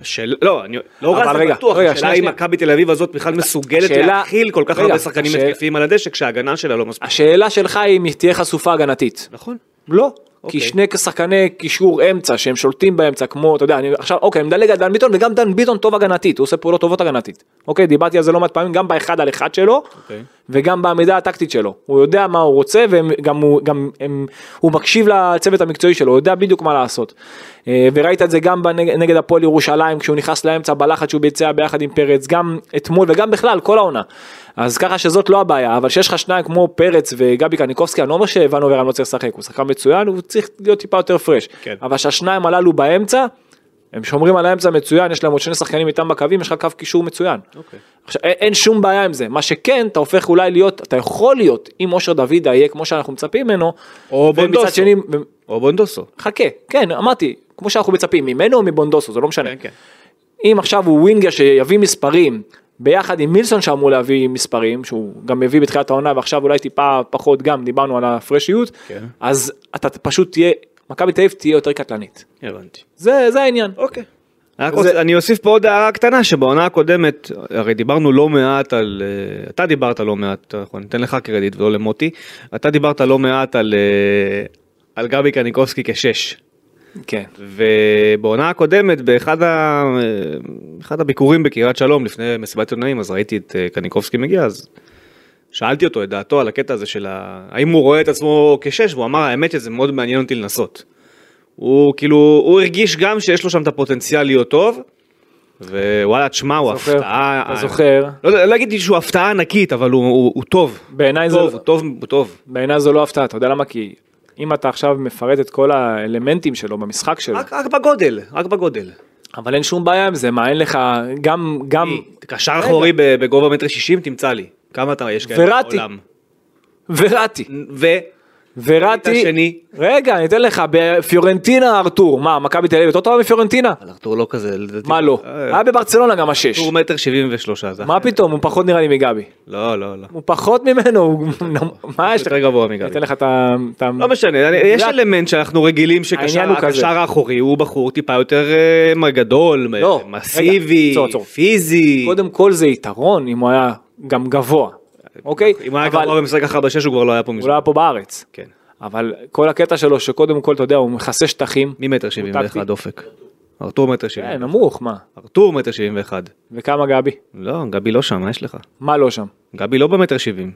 [SPEAKER 2] השאל- לא, אני לא
[SPEAKER 3] אבל
[SPEAKER 2] רע זה
[SPEAKER 3] רגע,
[SPEAKER 2] בטוח,
[SPEAKER 3] רגע,
[SPEAKER 2] השאלה
[SPEAKER 3] שנייה,
[SPEAKER 2] אם
[SPEAKER 3] שנייה.
[SPEAKER 2] מכבי תל אביב הזאת בכלל מסוגלת
[SPEAKER 3] השאלה-
[SPEAKER 2] להכיל כל כך
[SPEAKER 3] רגע,
[SPEAKER 2] הרבה שחקנים
[SPEAKER 3] השאל-
[SPEAKER 2] התקפיים על הדשא כשההגנה שלה לא מספיק.
[SPEAKER 3] השאלה שלך היא אם היא תהיה חשופה הגנתית.
[SPEAKER 2] נכון.
[SPEAKER 3] לא.
[SPEAKER 2] אוקיי.
[SPEAKER 3] כי שני שחקני קישור אמצע שהם שולטים באמצע כמו אתה יודע אני עכשיו אוקיי אני מדלג על דן ביטון וגם דן ביטון טוב הגנתית הוא עושה פעולות טובות הגנתית אוקיי דיברתי על זה לא מעט פעמים גם באחד על אחד שלו
[SPEAKER 2] אוקיי.
[SPEAKER 3] וגם בעמידה הטקטית שלו הוא יודע מה הוא רוצה וגם הוא גם הם, הוא מקשיב לצוות המקצועי שלו הוא יודע בדיוק מה לעשות אה, וראית את זה גם בנג, נגד הפועל ירושלים כשהוא נכנס לאמצע בלחץ שהוא ביצע ביחד עם פרץ גם אתמול וגם בכלל כל העונה אז ככה שזאת לא הבעיה אבל שיש לך שניים כמו פרץ וגבי קניקובסקי אני לא אומר שוואן אוברהם לא צריך לשחק הוא שחקן מצוין הוא צריך להיות טיפה יותר פרש
[SPEAKER 2] כן.
[SPEAKER 3] אבל שהשניים הללו באמצע הם שומרים על האמצע מצוין יש להם עוד שני שחקנים איתם בקווים יש לך קו קישור מצוין.
[SPEAKER 2] אוקיי.
[SPEAKER 3] עכשיו, אין, אין שום בעיה עם זה, מה שכן, אתה הופך אולי להיות, אתה יכול להיות, אם אושר דוידה יהיה כמו שאנחנו מצפים ממנו,
[SPEAKER 2] או
[SPEAKER 3] ומצד
[SPEAKER 2] בונדוסו.
[SPEAKER 3] שני,
[SPEAKER 2] או בונדוסו.
[SPEAKER 3] חכה, כן, אמרתי, כמו שאנחנו מצפים, ממנו או מבונדוסו, זה לא משנה.
[SPEAKER 2] כן, כן.
[SPEAKER 3] אם עכשיו הוא ווינגר שיביא מספרים, ביחד עם מילסון שאמור להביא מספרים, שהוא גם הביא בתחילת העונה ועכשיו אולי טיפה פחות גם, דיברנו על ההפרשיות,
[SPEAKER 2] כן.
[SPEAKER 3] אז אתה פשוט תהיה, מכבי תל אביב תהיה יותר קטלנית.
[SPEAKER 2] הבנתי.
[SPEAKER 3] זה, זה העניין.
[SPEAKER 2] אוקיי. רק
[SPEAKER 3] זה-
[SPEAKER 2] רוצה- אני אוסיף פה עוד הערה קטנה שבעונה הקודמת הרי דיברנו לא מעט על אה, אתה דיברת לא מעט נכון ניתן לך קרדיט ולא למוטי אתה דיברת לא מעט על אה, על גבי קניקובסקי כשש
[SPEAKER 3] כן.
[SPEAKER 2] ובעונה הקודמת באחד ה... אחד הביקורים בקריית שלום לפני מסיבת עיתונאים אז ראיתי את אה, קניקובסקי מגיע אז שאלתי אותו את דעתו על הקטע הזה של ה... האם הוא רואה את עצמו כשש והוא אמר האמת שזה מאוד מעניין אותי לנסות. הוא כאילו הוא הרגיש גם שיש לו שם את הפוטנציאל להיות טוב. ווואלה תשמע הוא
[SPEAKER 3] זוכר,
[SPEAKER 2] הפתעה,
[SPEAKER 3] אתה זוכר.
[SPEAKER 2] לא יודע, לא אגיד שהוא הפתעה ענקית אבל הוא, הוא, הוא טוב,
[SPEAKER 3] בעיניי זה... לא-
[SPEAKER 2] טוב, הוא טוב, הוא טוב,
[SPEAKER 3] בעיניי זו לא הפתעה, אתה יודע למה? כי אם אתה עכשיו מפרט את כל האלמנטים שלו במשחק שלו,
[SPEAKER 2] רק, רק בגודל, רק בגודל,
[SPEAKER 3] אבל אין שום בעיה עם זה, מה אין לך, גם, גם,
[SPEAKER 2] קשר אחורי ב- בגובה מטר שישים תמצא לי. כמה אתה יש כאלה
[SPEAKER 3] וראטי.
[SPEAKER 2] בעולם?
[SPEAKER 3] וראטי,
[SPEAKER 2] ו...
[SPEAKER 3] וראטי,
[SPEAKER 2] השני.
[SPEAKER 3] רגע, אני אתן לך, בפיורנטינה ארתור, מה, מכבי תל אביב יותר טובה מפיורנטינה?
[SPEAKER 2] אבל ארתור לא כזה, לדעתי.
[SPEAKER 3] מה לא?
[SPEAKER 2] אה,
[SPEAKER 3] היה בברצלונה גם השש,
[SPEAKER 2] ארתור כן. מטר שבעים ושלושה. זה
[SPEAKER 3] מה
[SPEAKER 2] אחרת.
[SPEAKER 3] פתאום, הוא פחות נראה לי מגבי,
[SPEAKER 2] לא, לא, לא.
[SPEAKER 3] הוא פחות ממנו, הוא- מה יש לך?
[SPEAKER 2] יותר גבוה
[SPEAKER 3] אני
[SPEAKER 2] מגבי.
[SPEAKER 3] אתן לך את ה... את ה-
[SPEAKER 2] לא משנה, אני- יש
[SPEAKER 3] רק-
[SPEAKER 2] אלמנט שאנחנו רגילים
[SPEAKER 3] העניין הוא כזה.
[SPEAKER 2] שקשר האחורי הוא בחור טיפה יותר אה, גדול, מ-
[SPEAKER 3] לא, רגע,
[SPEAKER 2] מסיבי,
[SPEAKER 3] עצור, עצור.
[SPEAKER 2] פיזי.
[SPEAKER 3] קודם כל זה יתרון אם הוא היה גם גבוה, אוקיי?
[SPEAKER 2] אם הוא היה
[SPEAKER 3] אבל-
[SPEAKER 2] גבוה במשחק 4 6 הוא כבר לא היה פה
[SPEAKER 3] הוא לא
[SPEAKER 2] מזמן.
[SPEAKER 3] היה פה בארץ.
[SPEAKER 2] כן.
[SPEAKER 3] אבל כל הקטע שלו שקודם כל אתה יודע הוא מכסה שטחים.
[SPEAKER 2] מי מטר שבעים
[SPEAKER 3] טקטי.
[SPEAKER 2] ואחד אופק? ארתור מטר שבעים.
[SPEAKER 3] כן, נמוך מה.
[SPEAKER 2] ארתור מטר שבעים ואחד.
[SPEAKER 3] וכמה גבי?
[SPEAKER 2] לא, גבי לא שם, מה יש לך?
[SPEAKER 3] מה לא שם?
[SPEAKER 2] גבי לא במטר שבעים.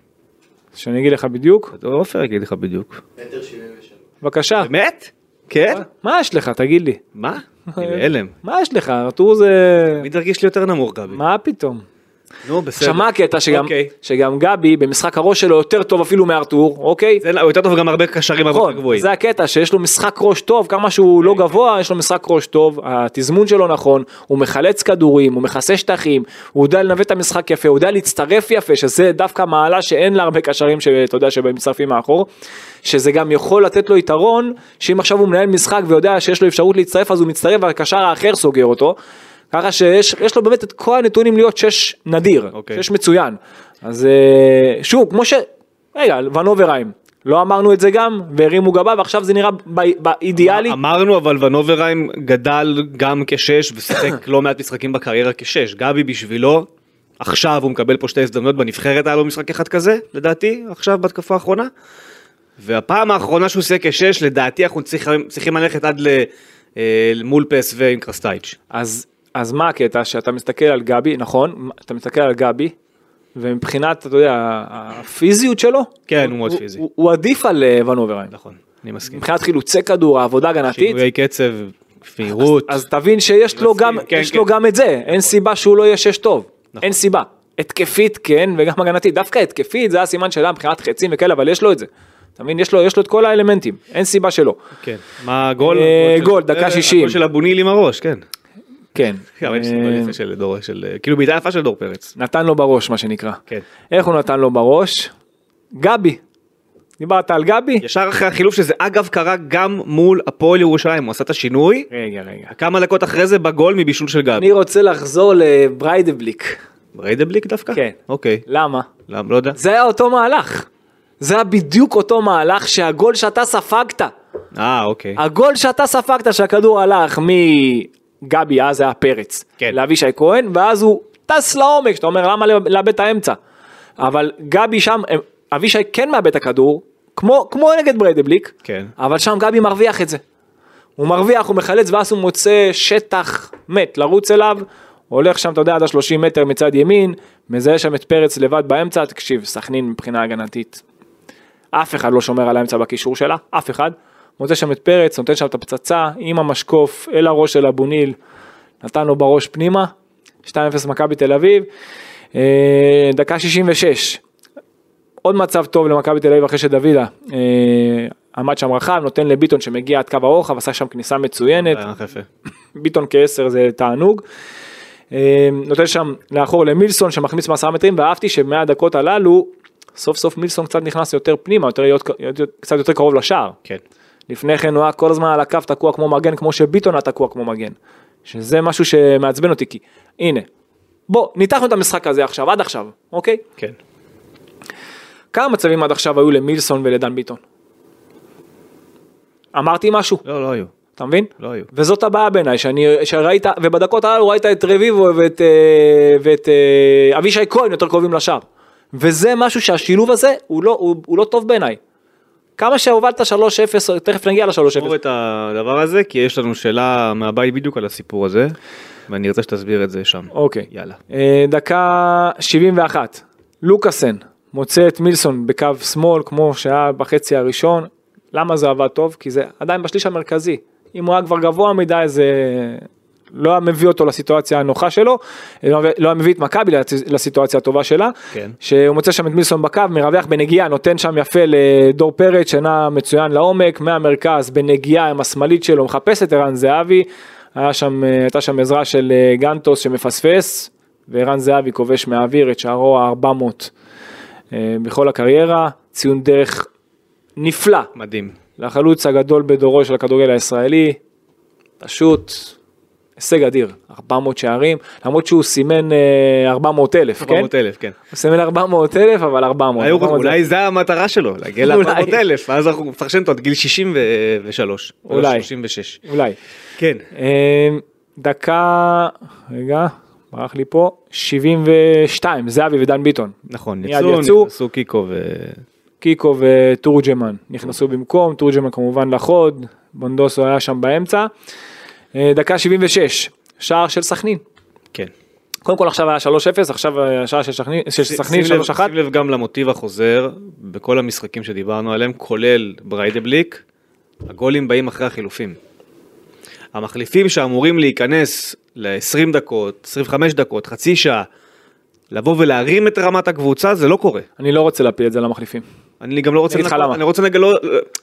[SPEAKER 3] שאני אגיד לך בדיוק?
[SPEAKER 2] עופר יגיד לך בדיוק.
[SPEAKER 3] בבקשה.
[SPEAKER 2] באמת? כן?
[SPEAKER 3] מה יש לך תגיד לי?
[SPEAKER 2] מה? אני בהלם.
[SPEAKER 3] מה יש לך? ארתור זה...
[SPEAKER 2] מי תרגיש לי יותר נמוך גבי?
[SPEAKER 3] מה פתאום?
[SPEAKER 2] נו בסדר.
[SPEAKER 3] עכשיו מה הקטע שגם-
[SPEAKER 2] אוקיי.
[SPEAKER 3] שגם גבי במשחק הראש שלו יותר טוב אפילו מארתור, אוקיי?
[SPEAKER 2] זה לא- הוא יותר טוב גם הרבה קשרים הרבה יותר
[SPEAKER 3] נכון,
[SPEAKER 2] גבוהים.
[SPEAKER 3] זה הקטע שיש לו משחק ראש טוב, כמה שהוא לא גבוה, יש לו משחק ראש טוב, התזמון שלו נכון, הוא מחלץ כדורים, הוא מכסה שטחים, הוא יודע לנווט את המשחק יפה, הוא יודע להצטרף יפה, שזה דווקא מעלה שאין לה הרבה קשרים שאתה יודע שהם מצטרפים מאחור, שזה גם יכול לתת לו יתרון, שאם עכשיו הוא מנהל משחק ויודע שיש לו אפשרות להצטרף אז הוא מצטרף והקשר האחר סוגר אותו. ככה שיש יש לו באמת את כל הנתונים להיות שש נדיר,
[SPEAKER 2] אוקיי.
[SPEAKER 3] שש מצוין. אז אה, שוב, כמו ש... רגע, ונוברהיים, לא אמרנו את זה גם, והרימו גבה, ועכשיו זה נראה ב- באידיאלי.
[SPEAKER 2] אמרנו אבל ונוברהיים גדל גם כשש ושיחק לא מעט משחקים בקריירה כשש. גבי בשבילו, עכשיו הוא מקבל פה שתי הזדמנויות בנבחרת, היה לו משחק אחד כזה, לדעתי, עכשיו בתקופה האחרונה. והפעם האחרונה שהוא שיחק כשש, לדעתי אנחנו צריכים, צריכים ללכת עד ל, אה, מול פס ועם קרסטייץ'.
[SPEAKER 3] אז, אז מה הקטע? שאתה מסתכל על גבי, נכון, אתה מסתכל על גבי, ומבחינת, אתה יודע, הפיזיות שלו,
[SPEAKER 2] כן, הוא מאוד פיזי.
[SPEAKER 3] הוא, הוא עדיף על אה, ונוברהיים.
[SPEAKER 2] נכון, אני מסכים.
[SPEAKER 3] מבחינת חילוצי כדור, העבודה הגנתית,
[SPEAKER 2] שינויי כאילו, קצב, מהירות.
[SPEAKER 3] אז תבין שיש לו גם,
[SPEAKER 2] כן,
[SPEAKER 3] יש
[SPEAKER 2] כן.
[SPEAKER 3] לו גם את זה, אין סיבה שהוא לא יהיה שש טוב,
[SPEAKER 2] נכון.
[SPEAKER 3] אין סיבה. התקפית כן, וגם הגנתית, דווקא התקפית זה הסימן שלה מבחינת חצים וכאלה, אבל יש לו את זה. אתה מבין? יש לו, יש לו את כל האלמנטים, אין סיבה שלא.
[SPEAKER 2] כן, מה גול?
[SPEAKER 3] אה,
[SPEAKER 2] של-
[SPEAKER 3] גול, דקה
[SPEAKER 2] אה,
[SPEAKER 3] 60.
[SPEAKER 2] הגול של אבו ניל עם הראש, כן.
[SPEAKER 3] כן.
[SPEAKER 2] אבל יש
[SPEAKER 3] אה,
[SPEAKER 2] גול יפה של דור, של, אה, כאילו בעיטה יפה של דור פרץ.
[SPEAKER 3] נתן לו בראש, מה שנקרא.
[SPEAKER 2] כן.
[SPEAKER 3] איך הוא נתן לו בראש? גבי. דיברת על גבי?
[SPEAKER 2] ישר אחרי החילוף שזה אגב קרה גם מול הפועל ירושלים, הוא עשה את השינוי,
[SPEAKER 3] רגע, רגע.
[SPEAKER 2] כמה דקות אחרי זה בגול מבישול של גבי.
[SPEAKER 3] אני רוצה לחזור לבריידבליק.
[SPEAKER 2] ריידבליק דווקא?
[SPEAKER 3] כן.
[SPEAKER 2] אוקיי,
[SPEAKER 3] למה?
[SPEAKER 2] למה? לא יודע.
[SPEAKER 3] זה היה אותו מהלך. זה היה בדיוק אותו מהלך שהגול שאתה ספגת.
[SPEAKER 2] אה, אוקיי.
[SPEAKER 3] הגול שאתה ספגת שהכדור הלך מגבי, אז היה פרץ,
[SPEAKER 2] כן.
[SPEAKER 3] לאבישי כהן, ואז הוא טס לעומק, שאתה אומר למה לא-" לאבד את האמצע. אבל גבי שם, הם- אבישי כן מאבד את הכדור, כמו, כמו נגד בריידבליק,
[SPEAKER 2] כן.
[SPEAKER 3] אבל שם גבי מרוויח את זה. הוא מרוויח, הוא מחלץ, ואז הוא מוצא שטח מת לרוץ אליו, הולך שם, אתה יודע, עד ה-30 מטר מצד ימין, מזהה שם את פרץ לבד באמצע, תקשיב, סכנין מבחינה הגנתית. אף אחד לא שומר על האמצע בקישור שלה, אף אחד. מוצא שם את פרץ, נותן שם את הפצצה עם המשקוף אל הראש של אבו ניל, נתן לו בראש פנימה, 2-0 מכבי תל אביב, אה, דקה 66. עוד מצב טוב למכבי תל אביב אחרי שדוידה אה, עמד שם רחב, נותן לביטון שמגיע עד קו הרוחב, עשה שם כניסה מצוינת,
[SPEAKER 2] אה, יפה.
[SPEAKER 3] ביטון כעשר זה תענוג. אה, נותן שם לאחור למילסון שמחמיץ מעשרה מטרים ואהבתי שמהדקות הללו סוף סוף מילסון קצת נכנס יותר פנימה יותר להיות להיות קצת יותר קרוב לשער.
[SPEAKER 2] כן.
[SPEAKER 3] לפני כן הוא היה כל הזמן על הקו תקוע כמו מגן כמו שביטון היה תקוע כמו מגן. שזה משהו שמעצבן אותי כי הנה. בוא ניתחנו את המשחק הזה עכשיו עד עכשיו אוקיי
[SPEAKER 2] כן.
[SPEAKER 3] כמה מצבים עד עכשיו היו למילסון ולדן ביטון. אמרתי משהו
[SPEAKER 2] לא, לא היו.
[SPEAKER 3] אתה מבין?
[SPEAKER 2] לא היו.
[SPEAKER 3] וזאת הבעיה בעיניי, שאני, שראית, ובדקות הללו ראית את רביבו ואת, אה, ואת אה, אבישי כהן יותר קרובים לשער. וזה משהו שהשילוב הזה הוא לא, הוא, הוא לא טוב בעיניי. כמה שהובלת 3-0, תכף נגיע
[SPEAKER 2] תשמור
[SPEAKER 3] ל-3-0.
[SPEAKER 2] את הדבר הזה, כי יש לנו שאלה מהבית בדיוק על הסיפור הזה, ואני ארצה שתסביר את זה שם.
[SPEAKER 3] אוקיי.
[SPEAKER 2] יאללה.
[SPEAKER 3] אה, דקה 71, לוקאסן מוצא את מילסון בקו שמאל כמו שהיה בחצי הראשון. למה זה עבד טוב? כי זה עדיין בשליש המרכזי. אם הוא היה כבר גבוה מדי זה לא היה מביא אותו לסיטואציה הנוחה שלו, לא לא היה מביא את מכבי לצ- לסיטואציה הטובה שלה.
[SPEAKER 2] כן.
[SPEAKER 3] שהוא מוצא שם את מילסון בקו, מרווח בנגיעה, נותן שם יפה לדור פרץ, שנע מצוין לעומק, מהמרכז, בנגיעה עם השמאלית שלו, מחפש את ערן זהבי, היה שם, אה, הייתה שם עזרה של אה, גנטוס שמפספס, וערן זהבי כובש מהאוויר את שערו ה-400 בכל הקריירה, ציון דרך נפלא
[SPEAKER 2] מדהים.
[SPEAKER 3] לחלוץ הגדול בדורו של הכדורגל הישראלי, פשוט הישג אדיר, 400 שערים, למרות שהוא סימן אה, 400 אלף, כן?
[SPEAKER 2] 400 אלף, כן.
[SPEAKER 3] הוא סמל 400 אלף אבל 400.
[SPEAKER 2] היו-
[SPEAKER 3] 400
[SPEAKER 2] אולי זה המטרה שלו, להגיע
[SPEAKER 3] נכון, אולי.
[SPEAKER 2] ל-400 אלף, ואז אנחנו מפרשנים אותו עד גיל 63.
[SPEAKER 3] אולי.
[SPEAKER 2] 36.
[SPEAKER 3] אולי.
[SPEAKER 2] כן.
[SPEAKER 3] אמ, דקה, רגע, ברח לי פה, 72, זהבי ודן ביטון.
[SPEAKER 2] נכון,
[SPEAKER 3] מיד
[SPEAKER 2] יצאו,
[SPEAKER 3] יצאו.
[SPEAKER 2] נכנסו קיקו ו...
[SPEAKER 3] קיקו ותורג'מן נכנסו במקום, תורג'מן כמובן לחוד, בונדוסו היה שם באמצע. אה, דקה 76, שער של סכנין.
[SPEAKER 2] כן.
[SPEAKER 3] קודם כל עכשיו היה 3-0, עכשיו השער של סכנין- של סכנין
[SPEAKER 2] שים לב-
[SPEAKER 3] 3-1.
[SPEAKER 2] שים לב גם למוטיב החוזר בכל המשחקים שדיברנו עליהם, כולל בריידבליק, הגולים באים אחרי החילופים. המחליפים שאמורים להיכנס ל-20 דקות, 25 דקות, חצי שעה, לבוא ולהרים את רמת הקבוצה, זה לא קורה.
[SPEAKER 3] אני לא רוצה להפיל את זה למחליפים.
[SPEAKER 2] אני גם לא רוצה
[SPEAKER 3] אני אגיד לך
[SPEAKER 2] לנקות-
[SPEAKER 3] למה.
[SPEAKER 2] אני רוצה לנגל-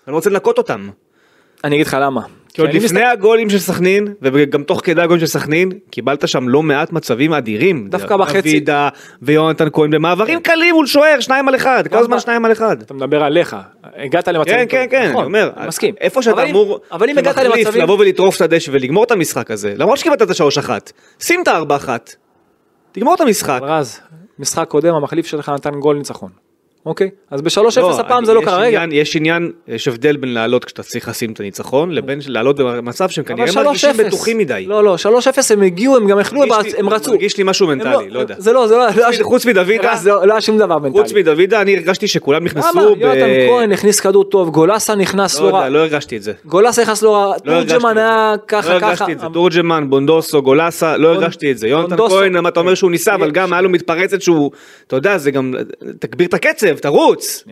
[SPEAKER 2] אני רוצה לנקות אותם.
[SPEAKER 3] אני אגיד לך למה.
[SPEAKER 2] כי עוד
[SPEAKER 3] אני
[SPEAKER 2] לפני הגולים של סכנין, וגם תוך כדי הגולים של סכנין, קיבלת שם לא מעט מצבים אדירים.
[SPEAKER 3] דווקא בחצי.
[SPEAKER 2] דוידה ויונתן כהן במעברים קלים מול שוער, שניים על אחד, כל הזמן
[SPEAKER 3] ב-
[SPEAKER 2] שניים על אחד.
[SPEAKER 3] לא, אתה מדבר עליך, הגעת למצב...
[SPEAKER 2] כן, כן, כן, אני אומר,
[SPEAKER 3] מסכים.
[SPEAKER 2] איפה שאתה
[SPEAKER 3] אבל אם-
[SPEAKER 2] אמור,
[SPEAKER 3] אבל אם הגעת
[SPEAKER 2] כמחליף,
[SPEAKER 3] למצבים...
[SPEAKER 2] לבוא ולטרוף את הדשא ולגמור את המשחק הזה, למרות שקיבלת את השלוש אחת, שים את הארבע אחת, תגמור את המשחק.
[SPEAKER 3] אבל רז, משחק קודם המחליף שלך נתן גול ניצחון. אוקיי? אז ב-3-0
[SPEAKER 2] לא,
[SPEAKER 3] הפעם
[SPEAKER 2] אני-
[SPEAKER 3] זה לא
[SPEAKER 2] יש
[SPEAKER 3] קרה, רגע.
[SPEAKER 2] עניין- יש עניין, יש הבדל בין לעלות כשאתה צריך לשים את הניצחון, לבין לעלות במצב שהם
[SPEAKER 3] אבל
[SPEAKER 2] כנראה מרגישים
[SPEAKER 3] 3-0.
[SPEAKER 2] בטוחים מדי.
[SPEAKER 3] לא, לא, 3-0 הם הגיעו, הם גם יכלו, הם
[SPEAKER 2] מרגיש לי-
[SPEAKER 3] הם רצו.
[SPEAKER 2] מרגיש לי משהו
[SPEAKER 3] הם
[SPEAKER 2] מנטלי, לא יודע.
[SPEAKER 3] זה לא, זה לא... לא היה
[SPEAKER 2] מד-
[SPEAKER 3] ש-
[SPEAKER 2] חוץ מדוידה?
[SPEAKER 3] רז, זה לא לא היה שום דבר מנטלי.
[SPEAKER 2] חוץ מדוידה, אני הרגשתי שכולם
[SPEAKER 3] למה?
[SPEAKER 2] נכנסו ב...
[SPEAKER 3] יונתן כהן הכניס כדור טוב, גולסה נכנס
[SPEAKER 2] לא
[SPEAKER 3] לא
[SPEAKER 2] יודע,
[SPEAKER 3] רע.
[SPEAKER 2] לא הרגשתי את זה.
[SPEAKER 3] גולסה נכנס לא רע,
[SPEAKER 2] לא הרגשתי את
[SPEAKER 3] תורג'מן
[SPEAKER 2] זה.
[SPEAKER 3] היה
[SPEAKER 2] לא
[SPEAKER 3] ככה ככה.
[SPEAKER 2] הרגשתי את זה, תורג'מן, בונדוסו, גולסה, לא הרגשתי את זה. יונתן
[SPEAKER 3] בונדוסו-
[SPEAKER 2] כהן, מה אתה אומר שהוא ניסה, אבל
[SPEAKER 3] יש-
[SPEAKER 2] גם היה לו מתפרצת שהוא, אתה יודע, זה גם, תגביר את הקצב, תרוץ.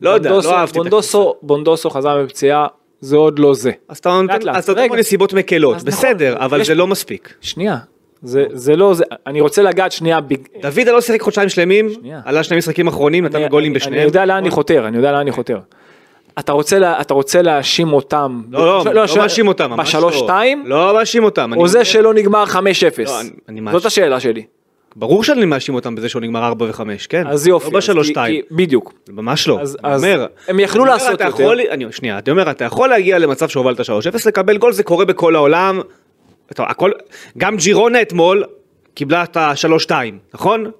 [SPEAKER 2] לא יודע,
[SPEAKER 3] בונדוסו-
[SPEAKER 2] לא אהבתי את
[SPEAKER 3] בונדוסו- בונדוסו חזר מפציעה, זה עוד לא זה.
[SPEAKER 2] אז אתה נותן-
[SPEAKER 3] לאט,
[SPEAKER 2] אז אתה נותן
[SPEAKER 3] רגע.
[SPEAKER 2] פה נסיבות מקלות,
[SPEAKER 3] אז נכון,
[SPEAKER 2] בסדר, אבל
[SPEAKER 3] יש-
[SPEAKER 2] זה לא מספיק.
[SPEAKER 3] שנייה, זה- זה לא זה, אני רוצה לגעת שנייה, בג-
[SPEAKER 2] דוד לא שיחק חודשיים שלמים,
[SPEAKER 3] שנייה.
[SPEAKER 2] עלה שני משחקים אחרונים, נתן
[SPEAKER 3] אני-
[SPEAKER 2] גולים
[SPEAKER 3] אני-
[SPEAKER 2] בשניהם. אוקיי.
[SPEAKER 3] אני יודע לאן אני חותר, אני יודע לאן אני חותר. אתה רוצה, לה- אתה רוצה להאשים אותם.
[SPEAKER 2] לא, לא, לא
[SPEAKER 3] ש-
[SPEAKER 2] מאשים אותם, ממש לא.
[SPEAKER 3] בשלוש שתיים,
[SPEAKER 2] לא מאשים אותם. אני
[SPEAKER 3] או
[SPEAKER 2] אומר-
[SPEAKER 3] זה שלא נגמר
[SPEAKER 2] לא,
[SPEAKER 3] 5-0.
[SPEAKER 2] אני- אני מאשים.
[SPEAKER 3] זאת השאלה שלי.
[SPEAKER 2] ברור שאני מאשים אותם בזה שהוא נגמר 4 ו-5, כן.
[SPEAKER 3] אז יופי.
[SPEAKER 2] לא
[SPEAKER 3] אז
[SPEAKER 2] בשלוש
[SPEAKER 3] כי-
[SPEAKER 2] שתיים.
[SPEAKER 3] כי- בדיוק.
[SPEAKER 2] ממש לא.
[SPEAKER 3] אז-
[SPEAKER 2] אני
[SPEAKER 3] אז
[SPEAKER 2] אומר,
[SPEAKER 3] הם יכלו
[SPEAKER 2] אני אומר,
[SPEAKER 3] לעשות
[SPEAKER 2] אתה
[SPEAKER 3] יותר.
[SPEAKER 2] יכול- אני, שנייה, אני אומר, אתה יכול להגיע למצב שהובלת 3-0, לקבל גול, זה קורה בכל העולם. אתה, הכל, גם ג'ירונה אתמול קיבלה את ה-3-2, נכון?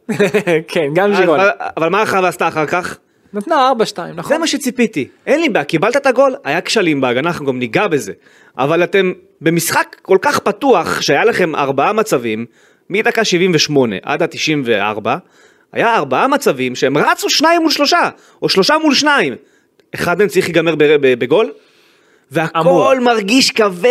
[SPEAKER 3] כן, גם
[SPEAKER 2] אז-
[SPEAKER 3] ז'ירון.
[SPEAKER 2] אבל מה אחר עשתה אחר כך?
[SPEAKER 3] נתנה 4-2, נכון?
[SPEAKER 2] זה מה שציפיתי. אין לי בעיה, קיבלת את הגול, היה כשלים בהגנה, אנחנו גם ניגע בזה. אבל אתם במשחק כל כך פתוח, שהיה לכם ארבעה מצבים, מדקה 78 עד ה-94, היה ארבעה מצבים שהם רצו שניים מול שלושה, או שלושה מול שניים. אחד מהם צריך להיגמר בר- ב- בגול, והכל
[SPEAKER 3] אמור.
[SPEAKER 2] מרגיש כבד.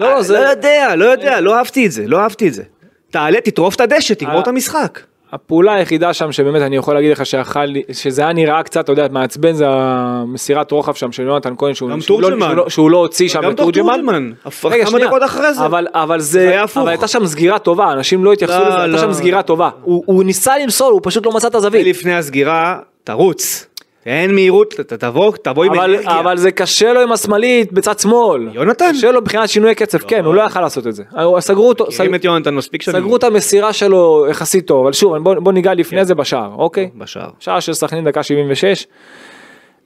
[SPEAKER 3] לא,
[SPEAKER 2] לא,
[SPEAKER 3] זה-
[SPEAKER 2] לא יודע, לא יודע, לא אהבתי את זה, לא אהבתי את זה. תעלה, תטרוף את הדשא, תגמור
[SPEAKER 3] אה,
[SPEAKER 2] את המשחק.
[SPEAKER 3] הפעולה היחידה שם שבאמת אני יכול להגיד לך שאכל לי- שזה היה נראה קצת, אתה יודע, מעצבן זה המסירת רוחב שם של יונתן כהן שהוא
[SPEAKER 2] גם
[SPEAKER 3] שהוא לא-
[SPEAKER 2] תורג'מן.
[SPEAKER 3] שהוא לא- שהוא לא הוציא שם
[SPEAKER 2] גם
[SPEAKER 3] את
[SPEAKER 2] תוך
[SPEAKER 3] תורג'מן.
[SPEAKER 2] תורג'מן, הפ-
[SPEAKER 3] רגע,
[SPEAKER 2] כמה
[SPEAKER 3] שנייה.
[SPEAKER 2] דקות אחרי זה.
[SPEAKER 3] אבל אבל
[SPEAKER 2] זה
[SPEAKER 3] זה,
[SPEAKER 2] היה הפוך.
[SPEAKER 3] אבל הייתה שם סגירה טובה, אנשים לא התייחסו
[SPEAKER 2] לא,
[SPEAKER 3] לזה, הייתה
[SPEAKER 2] לא.
[SPEAKER 3] שם סגירה טובה. הוא הוא ניסה למסור, הוא פשוט לא מצא את הזווית.
[SPEAKER 2] לפני הסגירה, תרוץ. אין מהירות, ת- תבוא, תבוא עם
[SPEAKER 3] אבל,
[SPEAKER 2] אנרגיה.
[SPEAKER 3] אבל זה קשה לו עם השמאלית בצד שמאל.
[SPEAKER 2] יונתן?
[SPEAKER 3] קשה לו מבחינת שינוי קצב, כן, הוא לא יכל לעשות את זה. הוא- סגרו אותו, סג...
[SPEAKER 2] מכירים את יונתן מספיק שנים.
[SPEAKER 3] סגרו את המסירה שלו יחסית טוב, אבל שוב, בוא, בוא ניגע לפני זה בשער, אוקיי?
[SPEAKER 2] כן. בשער.
[SPEAKER 3] שער של סכנין דקה 76.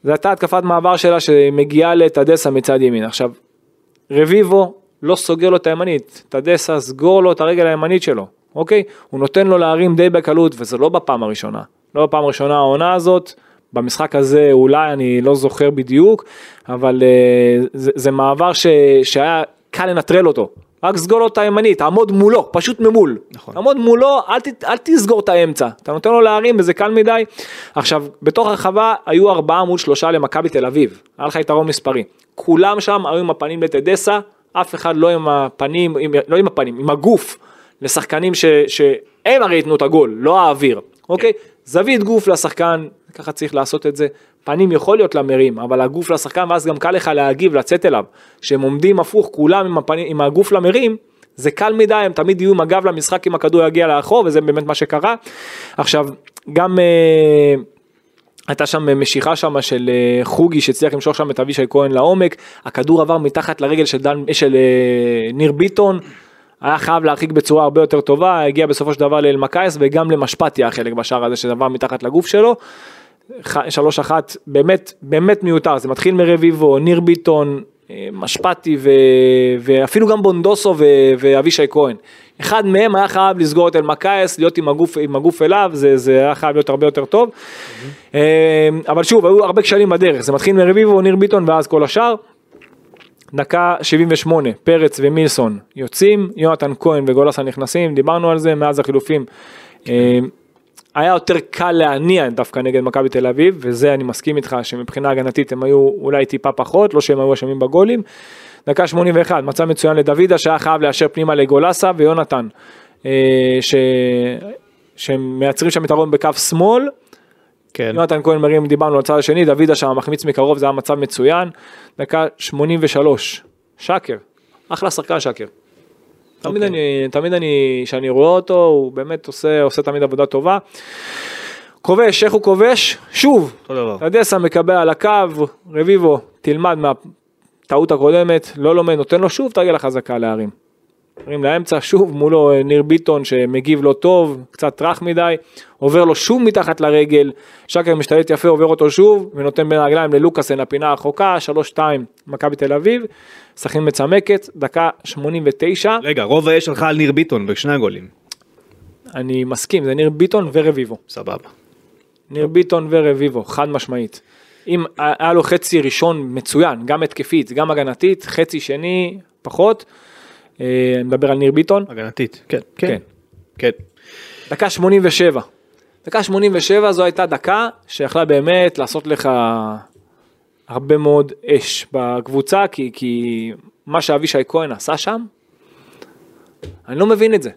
[SPEAKER 3] זו הייתה התקפת מעבר שלה שמגיעה לטדסה מצד ימין. עכשיו, רביבו לא סוגר לו את הימנית, טדסה סגור לו את הרגל הימנית שלו, אוקיי? הוא נותן לו להרים די בקלות, וזה לא בפעם הראשונה. לא בפעם הראשונה העונה הזאת, במשחק הזה אולי, אני לא זוכר בדיוק, אבל אה, זה, זה מעבר ש, שהיה קל לנטרל אותו. רק סגור לו את הימנית, תעמוד מולו, פשוט ממול.
[SPEAKER 2] נכון.
[SPEAKER 3] תעמוד מולו, אל, ת, אל תסגור את האמצע. אתה נותן לו להרים וזה קל מדי. עכשיו, בתוך הרחבה היו ארבעה מול שלושה למכבי תל אביב. היה לך יתרון מספרי. כולם שם היו עם הפנים לטדסה, אף אחד לא עם הפנים, עם, לא עם הפנים, עם הגוף לשחקנים ש, שהם הרי ייתנו את הגול, לא האוויר. אוקיי? זווית גוף לשחקן, ככה צריך לעשות את זה. פנים יכול להיות למרים, אבל הגוף לשחקן, ואז גם קל לך להגיב, לצאת אליו. כשהם עומדים הפוך, כולם עם, הפנים, עם הגוף למרים, זה קל מדי, הם תמיד יהיו עם הגב למשחק אם הכדור יגיע לאחור, וזה באמת מה שקרה. עכשיו, גם אה, הייתה שם משיכה שם של אה, חוגי שהצליח למשוך שם את אבישי כהן לעומק, הכדור עבר מתחת לרגל של, דן, אה, של אה, ניר ביטון. היה חייב להרחיק בצורה הרבה יותר טובה, הגיע בסופו של דבר לאלמקייס וגם למשפטי היה חלק בשער הזה שעבר מתחת לגוף שלו. ח- שלוש אחת באמת באמת מיותר זה מתחיל מרביבו ניר ביטון אה, משפטי ו... ואפילו גם בונדוסו ו... ואבישי כהן. אחד מהם היה חייב לסגור את אלמקייס להיות עם הגוף עם הגוף אליו זה זה היה חייב להיות הרבה יותר טוב. אה, אבל שוב היו הרבה כשלים בדרך זה מתחיל מרביבו ניר ביטון ואז כל השאר. דקה 78 פרץ ומילסון יוצאים יונתן כהן וגולסה נכנסים דיברנו על זה מאז החילופים. אה, היה יותר קל להניע דווקא נגד מכבי תל אביב וזה אני מסכים איתך שמבחינה הגנתית הם היו אולי טיפה פחות לא שהם היו אשמים בגולים. דקה 81 מצב מצוין לדוידה שהיה חייב לאשר פנימה לגולסה ויונתן אה, ש... שהם מייצרים שם יתרון בקו שמאל
[SPEAKER 2] כן.
[SPEAKER 3] יונתן כהן מרים, דיברנו על הצד השני, דוידה שם מחמיץ מקרוב, זה היה מצב מצוין. דקה 83, שקר, אחלה שחקן שקר. תמיד
[SPEAKER 2] אוקיי.
[SPEAKER 3] אני, תמיד אני, כשאני רואה אותו, הוא באמת עושה, עושה תמיד עבודה טובה. כובש, איך הוא כובש? שוב,
[SPEAKER 2] אותו דבר.
[SPEAKER 3] טדסה מקבל על הקו, רביבו, תלמד מה... טעות הקודמת, לא לומד, נותן לו שוב את הרגל החזקה להרים. עוברים לאמצע, שוב מולו אה, ניר ביטון שמגיב לא טוב, קצת רך מדי, עובר לו שוב מתחת לרגל, שקר משתלט יפה, עובר אותו שוב, ונותן בין הרגליים ללוקאסן לפינה הרחוקה, 3-2 מכבי תל אביב, סכין מצמקת, דקה 89,
[SPEAKER 2] רגע, רוב האש הלכה על ניר ביטון בשני הגולים.
[SPEAKER 3] אני מסכים, זה ניר ביטון ורביבו.
[SPEAKER 2] סבבה.
[SPEAKER 3] ניר ביטון ורביבו, חד משמעית. אם היה לו חצי ראשון מצוין, גם התקפית, גם הגנתית, חצי שני פחות, אה, אני מדבר על ניר ביטון,
[SPEAKER 2] הגנתית. כן,
[SPEAKER 3] כן. לא
[SPEAKER 2] כן. כן.
[SPEAKER 3] דקה 87. דקה 87 זו הייתה דקה שיכלה באמת לעשות לך הרבה מאוד אש בקבוצה, כי, כי מה שאבישי כהן עשה שם, אני לא מבין את זה.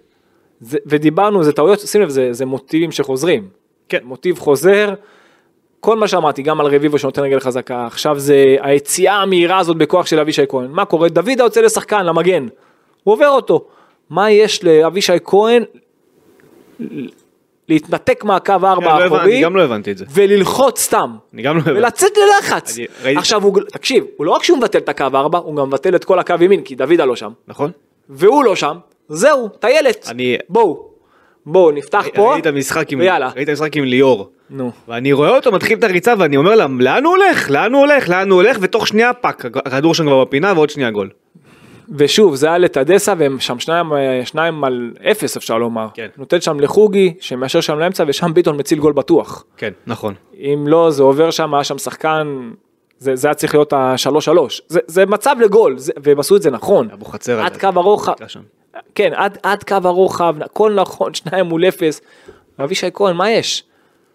[SPEAKER 3] זה ודיברנו, זה טעויות, שים לב, זה, זה מוטיבים שחוזרים.
[SPEAKER 2] כן.
[SPEAKER 3] מוטיב חוזר, כל מה שאמרתי, גם על רביבו שנותן רגל חזקה, עכשיו זה היציאה המהירה הזאת בכוח של אבישי כהן. מה קורה? דוידה יוצא לשחקן, למגן. הוא עובר אותו. מה יש לאבישי כהן להתנתק מהקו הארבע
[SPEAKER 2] לא הבנתי,
[SPEAKER 3] האחורי
[SPEAKER 2] גם לא הבנתי את זה.
[SPEAKER 3] וללחוץ סתם.
[SPEAKER 2] אני גם לא הבנתי.
[SPEAKER 3] ולצאת ללחץ.
[SPEAKER 2] אני ראיתי-
[SPEAKER 3] עכשיו הוא, תקשיב, הוא לא רק שהוא מבטל את הקו הארבע, הוא גם מבטל את כל הקו ימין, כי דוידה לא שם,
[SPEAKER 2] נכון?
[SPEAKER 3] והוא לא שם, זהו, טיילת.
[SPEAKER 2] אני-
[SPEAKER 3] בואו, בואו, נפתח פה,
[SPEAKER 2] ראית משחק עם...
[SPEAKER 3] ויאללה.
[SPEAKER 2] ראית משחק עם ליאור.
[SPEAKER 3] נו.
[SPEAKER 2] ואני רואה אותו מתחיל את הריצה ואני אומר לה, לאן הוא הולך? לאן הוא הולך? לאן הוא הולך? ותוך שנייה פאק, הכדור שם כבר בפינה ועוד שנייה גול.
[SPEAKER 3] ושוב, זה היה לטדסה והם שם שניים, אה, שניים על אפס אפשר לומר.
[SPEAKER 2] כן.
[SPEAKER 3] נותן שם לחוגי, שמאשר שם לאמצע, ושם ביטון מציל גול בטוח.
[SPEAKER 2] כן, נכון.
[SPEAKER 3] אם לא, זה עובר שם, היה שם שחקן, זה, זה היה צריך להיות השלוש שלוש. זה, זה מצב לגול, זה, והם עשו את זה נכון.
[SPEAKER 2] אבוחצירא.
[SPEAKER 3] עד קו הרוחב,
[SPEAKER 2] היה שם.
[SPEAKER 3] כן, עד, עד קו הרוחב, הכל נכון, שניים מול אפס. אבישי כהן, מה יש?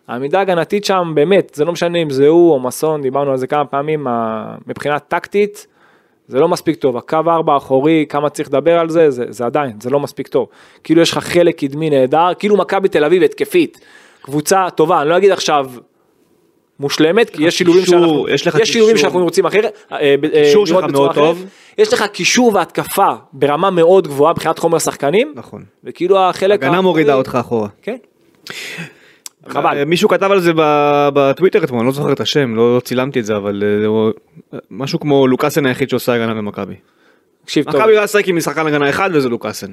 [SPEAKER 3] העמידה ההגנתית שם, באמת, זה לא משנה אם זה הוא או מסון, דיברנו על זה כמה פעמים, ה- מבחינה טקטית, זה לא מספיק טוב. הקו ארבע האחורי, כמה צריך לדבר על זה, זה, זה עדיין, זה לא מספיק טוב. כאילו יש לך חלק קדמי נהדר, כאילו מכבי תל אביב התקפית. קבוצה טובה, אני לא אגיד עכשיו מושלמת, כי יש שילובים
[SPEAKER 2] קישור,
[SPEAKER 3] שאנחנו,
[SPEAKER 2] יש לך
[SPEAKER 3] יש שילובים
[SPEAKER 2] קישור.
[SPEAKER 3] שאנחנו רוצים אחרת, אה, ב- אה,
[SPEAKER 2] קישור שלך
[SPEAKER 3] לראות בצורה
[SPEAKER 2] מאוד
[SPEAKER 3] אחרת.
[SPEAKER 2] טוב.
[SPEAKER 3] יש לך קישור והתקפה ברמה מאוד גבוהה מבחינת חומר שחקנים,
[SPEAKER 2] נכון.
[SPEAKER 3] וכאילו החלק...
[SPEAKER 2] הגנה
[SPEAKER 3] האחורי-
[SPEAKER 2] מורידה אותך אה, אחורה.
[SPEAKER 3] כן. חבל.
[SPEAKER 2] מישהו כתב על זה ב- בטוויטר אתמול, אני לא זוכר את השם, לא לא צילמתי את זה, אבל אה, זה הוא- משהו כמו לוקאסן היחיד שעושה הגנה במכבי.
[SPEAKER 3] תקשיב טוב.
[SPEAKER 2] מכבי לא ישחק עם משחקן הגנה אחד וזה לוקאסן.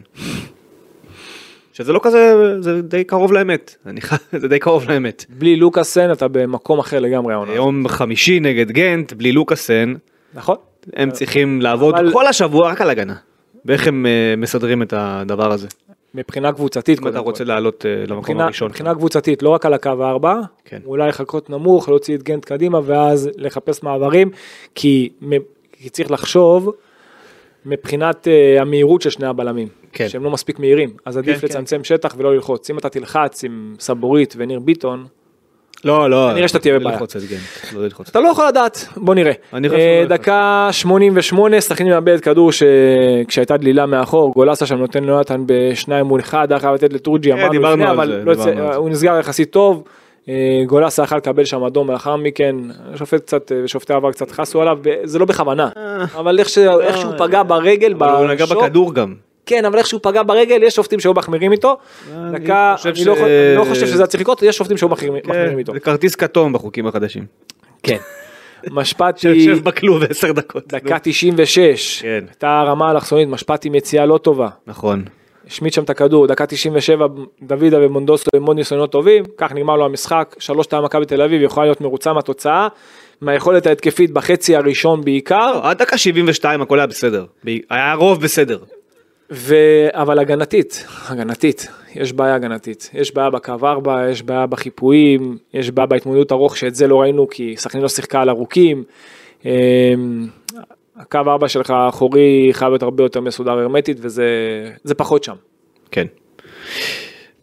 [SPEAKER 2] שזה לא כזה, זה די קרוב לאמת, אני ח- זה די קרוב לאמת.
[SPEAKER 3] בלי לוקאסן אתה במקום אחר לגמרי העונה.
[SPEAKER 2] יום חמישי נגד גנט, בלי לוקאסן,
[SPEAKER 3] נכון?
[SPEAKER 2] הם צריכים לעבוד
[SPEAKER 3] אבל-
[SPEAKER 2] כל השבוע רק על הגנה. ואיך הם אה, מסדרים את הדבר הזה?
[SPEAKER 3] מבחינה קבוצתית
[SPEAKER 2] אם אתה
[SPEAKER 3] קודם כל.
[SPEAKER 2] רוצה לעלות אה, למקום
[SPEAKER 3] מבחינה-
[SPEAKER 2] הראשון.
[SPEAKER 3] מבחינה קבוצתית, לא רק על הקו הארבע,
[SPEAKER 2] כן.
[SPEAKER 3] אולי לחכות נמוך, להוציא את גנט קדימה ואז לחפש מעברים, כי מ- כי צריך לחשוב מבחינת אה, המהירות של שני הבלמים,
[SPEAKER 2] כן.
[SPEAKER 3] שהם לא מספיק מהירים, אז עדיף
[SPEAKER 2] כן.
[SPEAKER 3] לצמצם שטח ולא ללחוץ. אם אתה תלחץ עם סבורית וניר ביטון,
[SPEAKER 2] לא, לא.
[SPEAKER 3] כנראה שאתה תהיה
[SPEAKER 2] לא
[SPEAKER 3] בבעיה.
[SPEAKER 2] ללחוץ את גנט, לא ללחוץ.
[SPEAKER 3] אתה לא יכול לדעת, בוא נראה.
[SPEAKER 2] אני חושב
[SPEAKER 3] אה,
[SPEAKER 2] שהוא לא
[SPEAKER 3] דקה 88, סכנין מאבד כדור ש- כשהייתה דלילה מאחור, גולסה שם נותן ליונתן בשניים מול אחד, היה חייב לתת לתורג'י, אמרנו
[SPEAKER 2] אה, דיברנו
[SPEAKER 3] לפני,
[SPEAKER 2] על
[SPEAKER 3] אבל
[SPEAKER 2] זה,
[SPEAKER 3] לא יוצא-
[SPEAKER 2] דיברנו על זה.
[SPEAKER 3] הוא נסגר יחסית טוב. אה, גולסה יכל לקבל שם אדום לאחר מכן, השופט קצת, אה, שופטי העבר קצת חסו עליו, ו- זה לא בכוונה, אבל איך ש- איך שהוא פגע ברגל,
[SPEAKER 2] אה. אבל הוא נגע
[SPEAKER 3] בשוק,
[SPEAKER 2] בכדור גם.
[SPEAKER 3] כן, אבל איך שהוא פגע ברגל, יש שופטים שהיו מחמירים איתו,
[SPEAKER 2] אה, אני
[SPEAKER 3] דקה,
[SPEAKER 2] חושב
[SPEAKER 3] אני לא
[SPEAKER 2] ש- כן.
[SPEAKER 3] חו- אני לא חושב שזה היה צריך לקרות, יש שופטים שהיו מחמירים מחמירים איתו,
[SPEAKER 2] זה כרטיס כתום בחוקים החדשים.
[SPEAKER 3] כן, משפטי,
[SPEAKER 2] שיושב בכלוב עשר דקות.
[SPEAKER 3] דקה 96,
[SPEAKER 2] כן.
[SPEAKER 3] הייתה רמה אלכסונית, משפט עם יציאה לא טובה,
[SPEAKER 2] נכון.
[SPEAKER 3] השמיט שם את הכדור, דקה 97, דוידה ומונדוסו הם מאוד ניסיונות טובים, כך נגמר לו המשחק, שלוש תא מכבי תל אביב יכולה להיות מרוצה מהתוצאה, מהיכולת ההתקפית בחצי הראשון בעיקר,
[SPEAKER 2] לא, עד דקה 72 הכל היה בסדר. ב- היה רוב בסדר.
[SPEAKER 3] ו... אבל הגנתית, הגנתית, יש בעיה הגנתית, יש בעיה בקו 4, יש בעיה בחיפויים, יש בעיה בהתמודדות ארוך שאת זה לא ראינו כי סכנין לא שיחקה על ארוכים. אמ, הקו 4 שלך האחורי חייב להיות הרבה יותר מסודר הרמטית וזה זה פחות שם.
[SPEAKER 2] כן.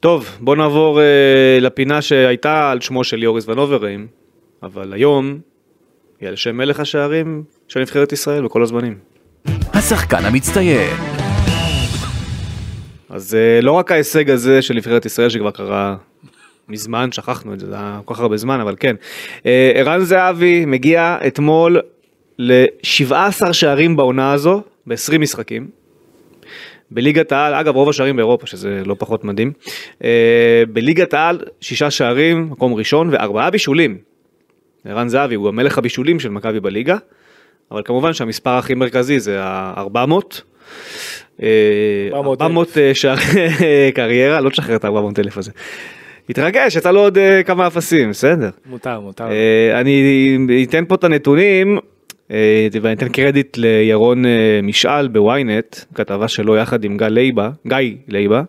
[SPEAKER 2] טוב, בוא נעבור אה, לפינה שהייתה על שמו של יוריס ונוברים, אבל היום היא על שם מלך השערים של נבחרת ישראל בכל הזמנים.
[SPEAKER 1] השחקן המצטיין,
[SPEAKER 2] אז אה, לא רק ההישג הזה של נבחרת ישראל שכבר קרה מזמן, שכחנו את זה, זה היה כל כך הרבה זמן, אבל כן. אה, ערן זהבי מגיע אתמול ל-17 שערים בעונה הזו, ב-20 משחקים. בליגת העל, אגב רוב השערים באירופה שזה לא פחות מדהים, אה, בליגת העל שישה שערים, מקום ראשון וארבעה בישולים. ערן זהבי הוא המלך הבישולים של מכבי בליגה, אבל כמובן שהמספר הכי מרכזי זה אה, ה-400.
[SPEAKER 3] 400,000.
[SPEAKER 2] 400 שערי אה, קריירה, לא תשחרר את ה-400 אלף הזה. התרגש, יצא לו עוד אה, כמה אפסים, בסדר.
[SPEAKER 3] מותר, מותר.
[SPEAKER 2] אה, אני אתן פה את הנתונים, אה, ואני אתן קרדיט לירון אה, משעל בוויינט, כתבה שלו יחד עם גיא לייבה, גיא לייבה,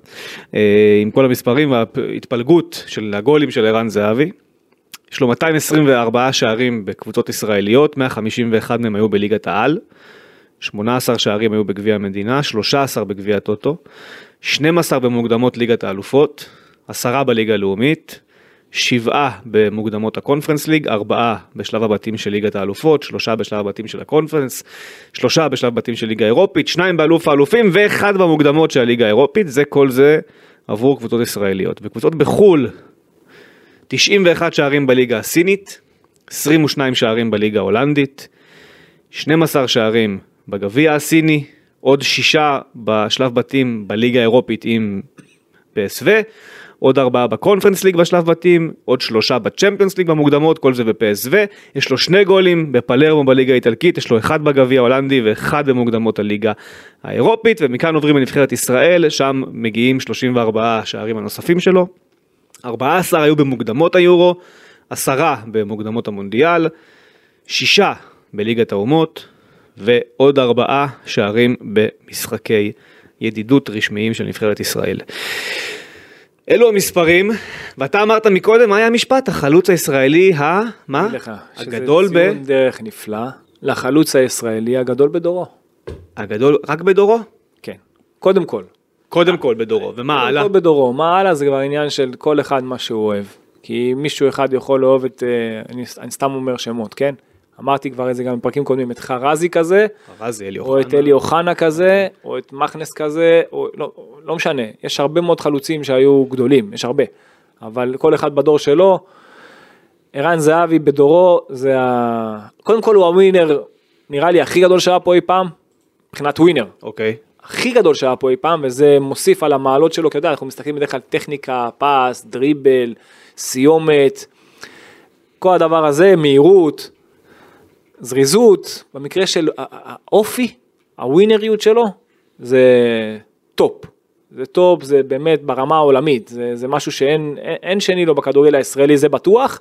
[SPEAKER 2] אה, עם כל המספרים וההתפלגות של הגולים של ערן זהבי. יש לו 224 שערים בקבוצות ישראליות, 151 מהם היו בליגת העל, 18 שערים היו בגביע המדינה, 13 בגביע הטוטו, 12 במוקדמות ליגת האלופות, 10 בליגה הלאומית, 7 במוקדמות הקונפרנס ליג, 4 בשלב הבתים של ליגת האלופות, 3 בשלב הבתים של הקונפרנס, 3 בשלב בתים של ליגה אירופית, 2 באלוף האלופים ו-1 במוקדמות של הליגה האירופית, זה כל זה עבור קבוצות ישראליות. וקבוצות בחו"ל 91 שערים בליגה הסינית, 22 שערים בליגה ההולנדית, 12 שערים בגביע הסיני, עוד שישה בשלב בתים בליגה האירופית עם PSV, עוד ארבעה בקונפרנס ליג בשלב בתים, עוד שלושה בצ'מפיונס ליג במוקדמות, כל זה ב-PSV, יש לו שני גולים בפלרמו בליגה האיטלקית, יש לו אחד בגביע ההולנדי ואחד במוקדמות הליגה האירופית, ומכאן עוברים לנבחרת ישראל, שם מגיעים 34 השערים הנוספים שלו. 14 היו במוקדמות היורו, 10 במוקדמות המונדיאל, 6 בליגת האומות ועוד 4 שערים במשחקי ידידות רשמיים של נבחרת ישראל. אלו המספרים, ואתה אמרת מקודם, מה היה המשפט? החלוץ הישראלי, ה... מה?
[SPEAKER 3] אגיד לך, שזה
[SPEAKER 2] הגדול ב...
[SPEAKER 3] ציון דרך נפלא לחלוץ הישראלי הגדול בדורו.
[SPEAKER 2] הגדול רק בדורו?
[SPEAKER 3] כן. קודם כל.
[SPEAKER 2] קודם כל בדורו, ומה הלאה?
[SPEAKER 3] הגדול בדורו. מה הלאה זה כבר עניין של כל אחד מה שהוא אוהב. כי מישהו אחד יכול לאהוב את... אה, אני, אני סתם אומר שמות, כן? אמרתי כבר את זה גם בפרקים קודמים, את חרזי כזה,
[SPEAKER 2] רזי אלי
[SPEAKER 3] או את
[SPEAKER 2] אוחנה. אוקיי.
[SPEAKER 3] אלי אוחנה כזה, או את מכנס כזה, או לא, לא משנה, יש הרבה מאוד חלוצים שהיו גדולים, יש הרבה, אבל כל אחד בדור שלו. ערן זהבי בדורו זה ה... קודם כל הוא הווינר, נראה לי הכי גדול שהיה פה אי פעם, מבחינת ווינר.
[SPEAKER 2] אוקיי.
[SPEAKER 3] הכי גדול שהיה פה אי פעם, וזה מוסיף על המעלות שלו, כי אתה יודע, אנחנו מסתכלים בדרך כלל טכניקה, פס, דריבל, סיומת, כל הדבר הזה, מהירות, זריזות, במקרה של ה- ה- האופי, הווינריות שלו, זה טופ. זה טופ, זה באמת ברמה העולמית, זה, זה משהו שאין אין, אין שני לו בכדורגל הישראלי, זה בטוח.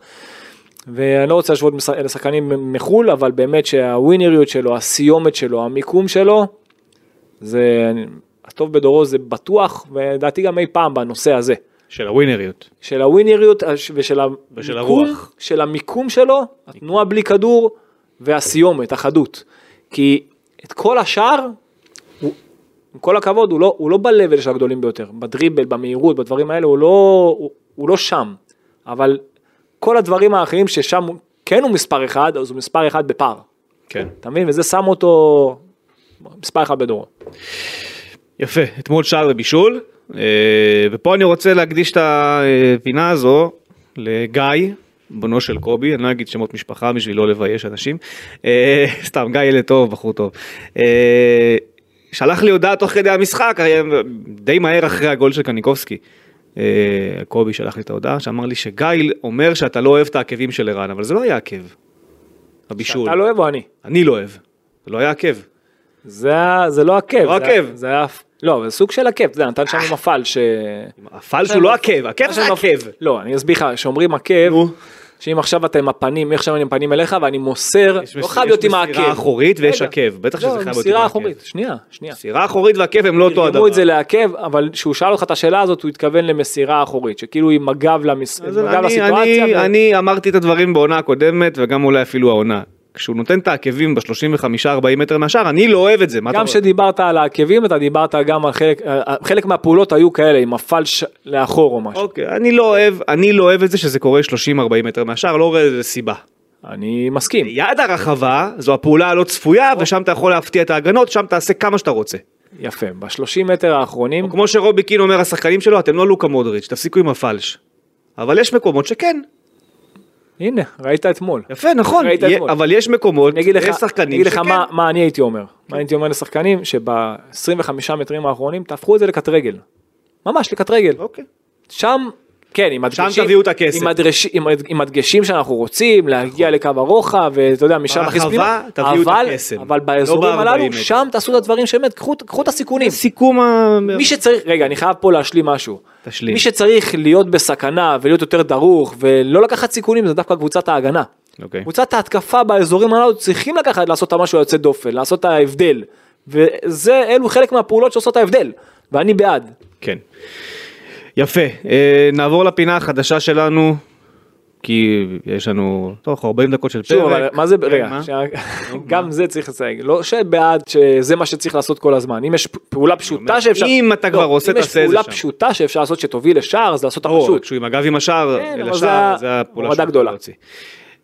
[SPEAKER 3] ואני לא רוצה להשוות מש- לשחקנים מחו"ל, אבל באמת שהווינריות שלו, הסיומת שלו, המיקום שלו, זה הטוב בדורו זה בטוח ולדעתי גם אי פעם בנושא הזה
[SPEAKER 2] של הווינריות.
[SPEAKER 3] של הווינריות הש- ושל
[SPEAKER 2] ושל
[SPEAKER 3] המיקום,
[SPEAKER 2] הרוח.
[SPEAKER 3] של המיקום שלו, התנועה בלי כדור והסיומת, החדות. כי את כל השאר, הוא, עם כל הכבוד, הוא לא, הוא לא ב-level של הגדולים ביותר, בדריבל, במהירות, בדברים האלה, הוא לא, הוא, הוא לא שם. אבל כל הדברים האחרים ששם הוא- כן הוא מספר אחד, אז הוא מספר אחד בפער.
[SPEAKER 2] כן.
[SPEAKER 3] אתה מבין? וזה שם אותו מספר אחד בדורו.
[SPEAKER 2] יפה, אתמול שער ובישול, אה, ופה אני רוצה להקדיש את הפינה הזו לגיא, בנו של קובי, אני לא אגיד שמות משפחה בשביל לא לבייש אנשים, אה, סתם, גיא ילד טוב, בחור טוב. אה, שלח לי הודעה תוך כדי המשחק, אה, די מהר אחרי הגול של קניקובסקי. אה, קובי שלח לי את ההודעה, שאמר לי שגיא אומר שאתה לא אוהב את העקבים של ערן, אבל זה לא היה עקב, הבישול.
[SPEAKER 3] אתה לא אוהב או אני?
[SPEAKER 2] אני לא אוהב, זה לא היה עקב.
[SPEAKER 3] זה, היה- זה לא עקב.
[SPEAKER 2] לא
[SPEAKER 3] זה-
[SPEAKER 2] עקב.
[SPEAKER 3] זה היה... לא, זה סוג של עקב, אתה יודע, נתן שם מפעל ש...
[SPEAKER 2] הפלש הוא לא עקב, עקב זה
[SPEAKER 3] שם
[SPEAKER 2] עקב.
[SPEAKER 3] מפ- לא, אני אסביר לך, כשאומרים עקב,
[SPEAKER 2] נו.
[SPEAKER 3] שאם עכשיו אתה עם הפנים, איך שם אני עם הפנים אליך, ואני מוסר,
[SPEAKER 2] יש
[SPEAKER 3] לא
[SPEAKER 2] מס-
[SPEAKER 3] חייב
[SPEAKER 2] יש
[SPEAKER 3] להיות עם העקב.
[SPEAKER 2] מסירה אחורית ויש
[SPEAKER 3] רגע.
[SPEAKER 2] עקב, בטח שזה
[SPEAKER 3] לא,
[SPEAKER 2] חייב להיות עם
[SPEAKER 3] מסירה
[SPEAKER 2] העקב.
[SPEAKER 3] אחורית, שנייה, שנייה.
[SPEAKER 2] כן. סירה אחורית ועקב הם לא אותו הדבר.
[SPEAKER 3] תרגמו את זה לעקב, אבל כשהוא שאל אותך את השאלה הזאת, הוא התכוון למסירה אחורית, שכאילו עם הגב למס-
[SPEAKER 2] אז
[SPEAKER 3] עם הגב
[SPEAKER 2] אני,
[SPEAKER 3] לסיטואציה. כן.
[SPEAKER 2] אני,
[SPEAKER 3] ו-
[SPEAKER 2] אני אמרתי את הדברים בעונה הקודמת וגם אולי אפילו העונה. כשהוא נותן את העקבים ב-35-40 מטר מהשאר, אני לא אוהב את זה. מה אתה
[SPEAKER 3] גם
[SPEAKER 2] אומר?
[SPEAKER 3] כשדיברת על העקבים, אתה דיברת גם על חלק, חלק מהפעולות היו כאלה, עם הפלש לאחור או משהו.
[SPEAKER 2] אוקיי, אני לא אוהב, אני לא אוהב את זה שזה קורה 30-40 מטר מהשאר, לא רואה לזה סיבה. אוקיי.
[SPEAKER 3] אני מסכים.
[SPEAKER 2] יד הרחבה זו הפעולה הלא צפויה ושם אתה יכול להפתיע את ההגנות, שם תעשה כמה שאתה רוצה.
[SPEAKER 3] יפה, ב-30 מטר האחרונים,
[SPEAKER 2] כמו שרובי קין אומר השחקנים שלו, אתם לא לוקה מודריץ', תפסיקו עם הפלש. אבל יש מקומות שכן,
[SPEAKER 3] הנה, ראית אתמול.
[SPEAKER 2] יפה, נכון,
[SPEAKER 3] ראית
[SPEAKER 2] יה-
[SPEAKER 3] אתמול.
[SPEAKER 2] אבל יש מקומות,
[SPEAKER 3] אני אגיד לך,
[SPEAKER 2] יש
[SPEAKER 3] אני
[SPEAKER 2] שחקנים
[SPEAKER 3] אגיד לך
[SPEAKER 2] שכן. כן.
[SPEAKER 3] מה, מה אני הייתי אומר, מה הייתי אומר לשחקנים, שב-25 מטרים האחרונים תהפכו את זה לקט רגל. ממש לקט רגל.
[SPEAKER 2] אוקיי.
[SPEAKER 3] שם, כן, עם
[SPEAKER 2] שם
[SPEAKER 3] הדגשים,
[SPEAKER 2] תביאו את הכסף.
[SPEAKER 3] עם, הדרש, עם, הד- עם הדגשים שאנחנו רוצים, להגיע לקו הרוחב, ואתה יודע, משם
[SPEAKER 2] ברחבה
[SPEAKER 3] נכניס פנימה,
[SPEAKER 2] תביאו את
[SPEAKER 3] אבל-
[SPEAKER 2] הקסם,
[SPEAKER 3] אבל
[SPEAKER 2] לא
[SPEAKER 3] באזורים
[SPEAKER 2] ב- 40
[SPEAKER 3] הללו,
[SPEAKER 2] מטר.
[SPEAKER 3] שם תעשו את הדברים שבאמת, קחו, קחו את הסיכונים.
[SPEAKER 2] סיכום ה...
[SPEAKER 3] מי שצריך, רגע, אני חייב פה להשלים משהו.
[SPEAKER 2] תשלים.
[SPEAKER 3] מי שצריך להיות בסכנה ולהיות יותר דרוך ולא לקחת סיכונים זה דווקא קבוצת ההגנה.
[SPEAKER 2] אוקיי.
[SPEAKER 3] קבוצת ההתקפה באזורים הללו צריכים לקחת, לעשות את המשהו היוצא דופן, לעשות את ההבדל. וזה, אלו חלק מהפעולות שעושות את ההבדל. ואני בעד.
[SPEAKER 2] כן. יפה, אה, נעבור לפינה החדשה שלנו, כי יש לנו, טוב, 40 דקות של פרק.
[SPEAKER 3] שוב, אבל מה זה,
[SPEAKER 2] כן,
[SPEAKER 3] רגע,
[SPEAKER 2] מה?
[SPEAKER 3] שה- גם זה צריך לסייג, לא שבעד שזה מה שצריך לעשות כל הזמן, אם יש פ- פעולה
[SPEAKER 2] אומר,
[SPEAKER 3] פשוטה שאפשר,
[SPEAKER 2] אם אתה
[SPEAKER 3] לא,
[SPEAKER 2] כבר עושה,
[SPEAKER 3] אם יש
[SPEAKER 2] תעשה את זה
[SPEAKER 3] פעולה
[SPEAKER 2] שם.
[SPEAKER 3] פשוטה שאפשר לעשות שתוביל לשער, זה לעשות את
[SPEAKER 2] ברור,
[SPEAKER 3] הפשוט.
[SPEAKER 2] כשהוא עם הגב עם השער,
[SPEAKER 3] כן,
[SPEAKER 2] אל
[SPEAKER 3] אבל
[SPEAKER 2] השער,
[SPEAKER 3] זה
[SPEAKER 2] זה הפעולה
[SPEAKER 3] הורדה
[SPEAKER 2] שהוא
[SPEAKER 3] גדולה.
[SPEAKER 2] להוציא.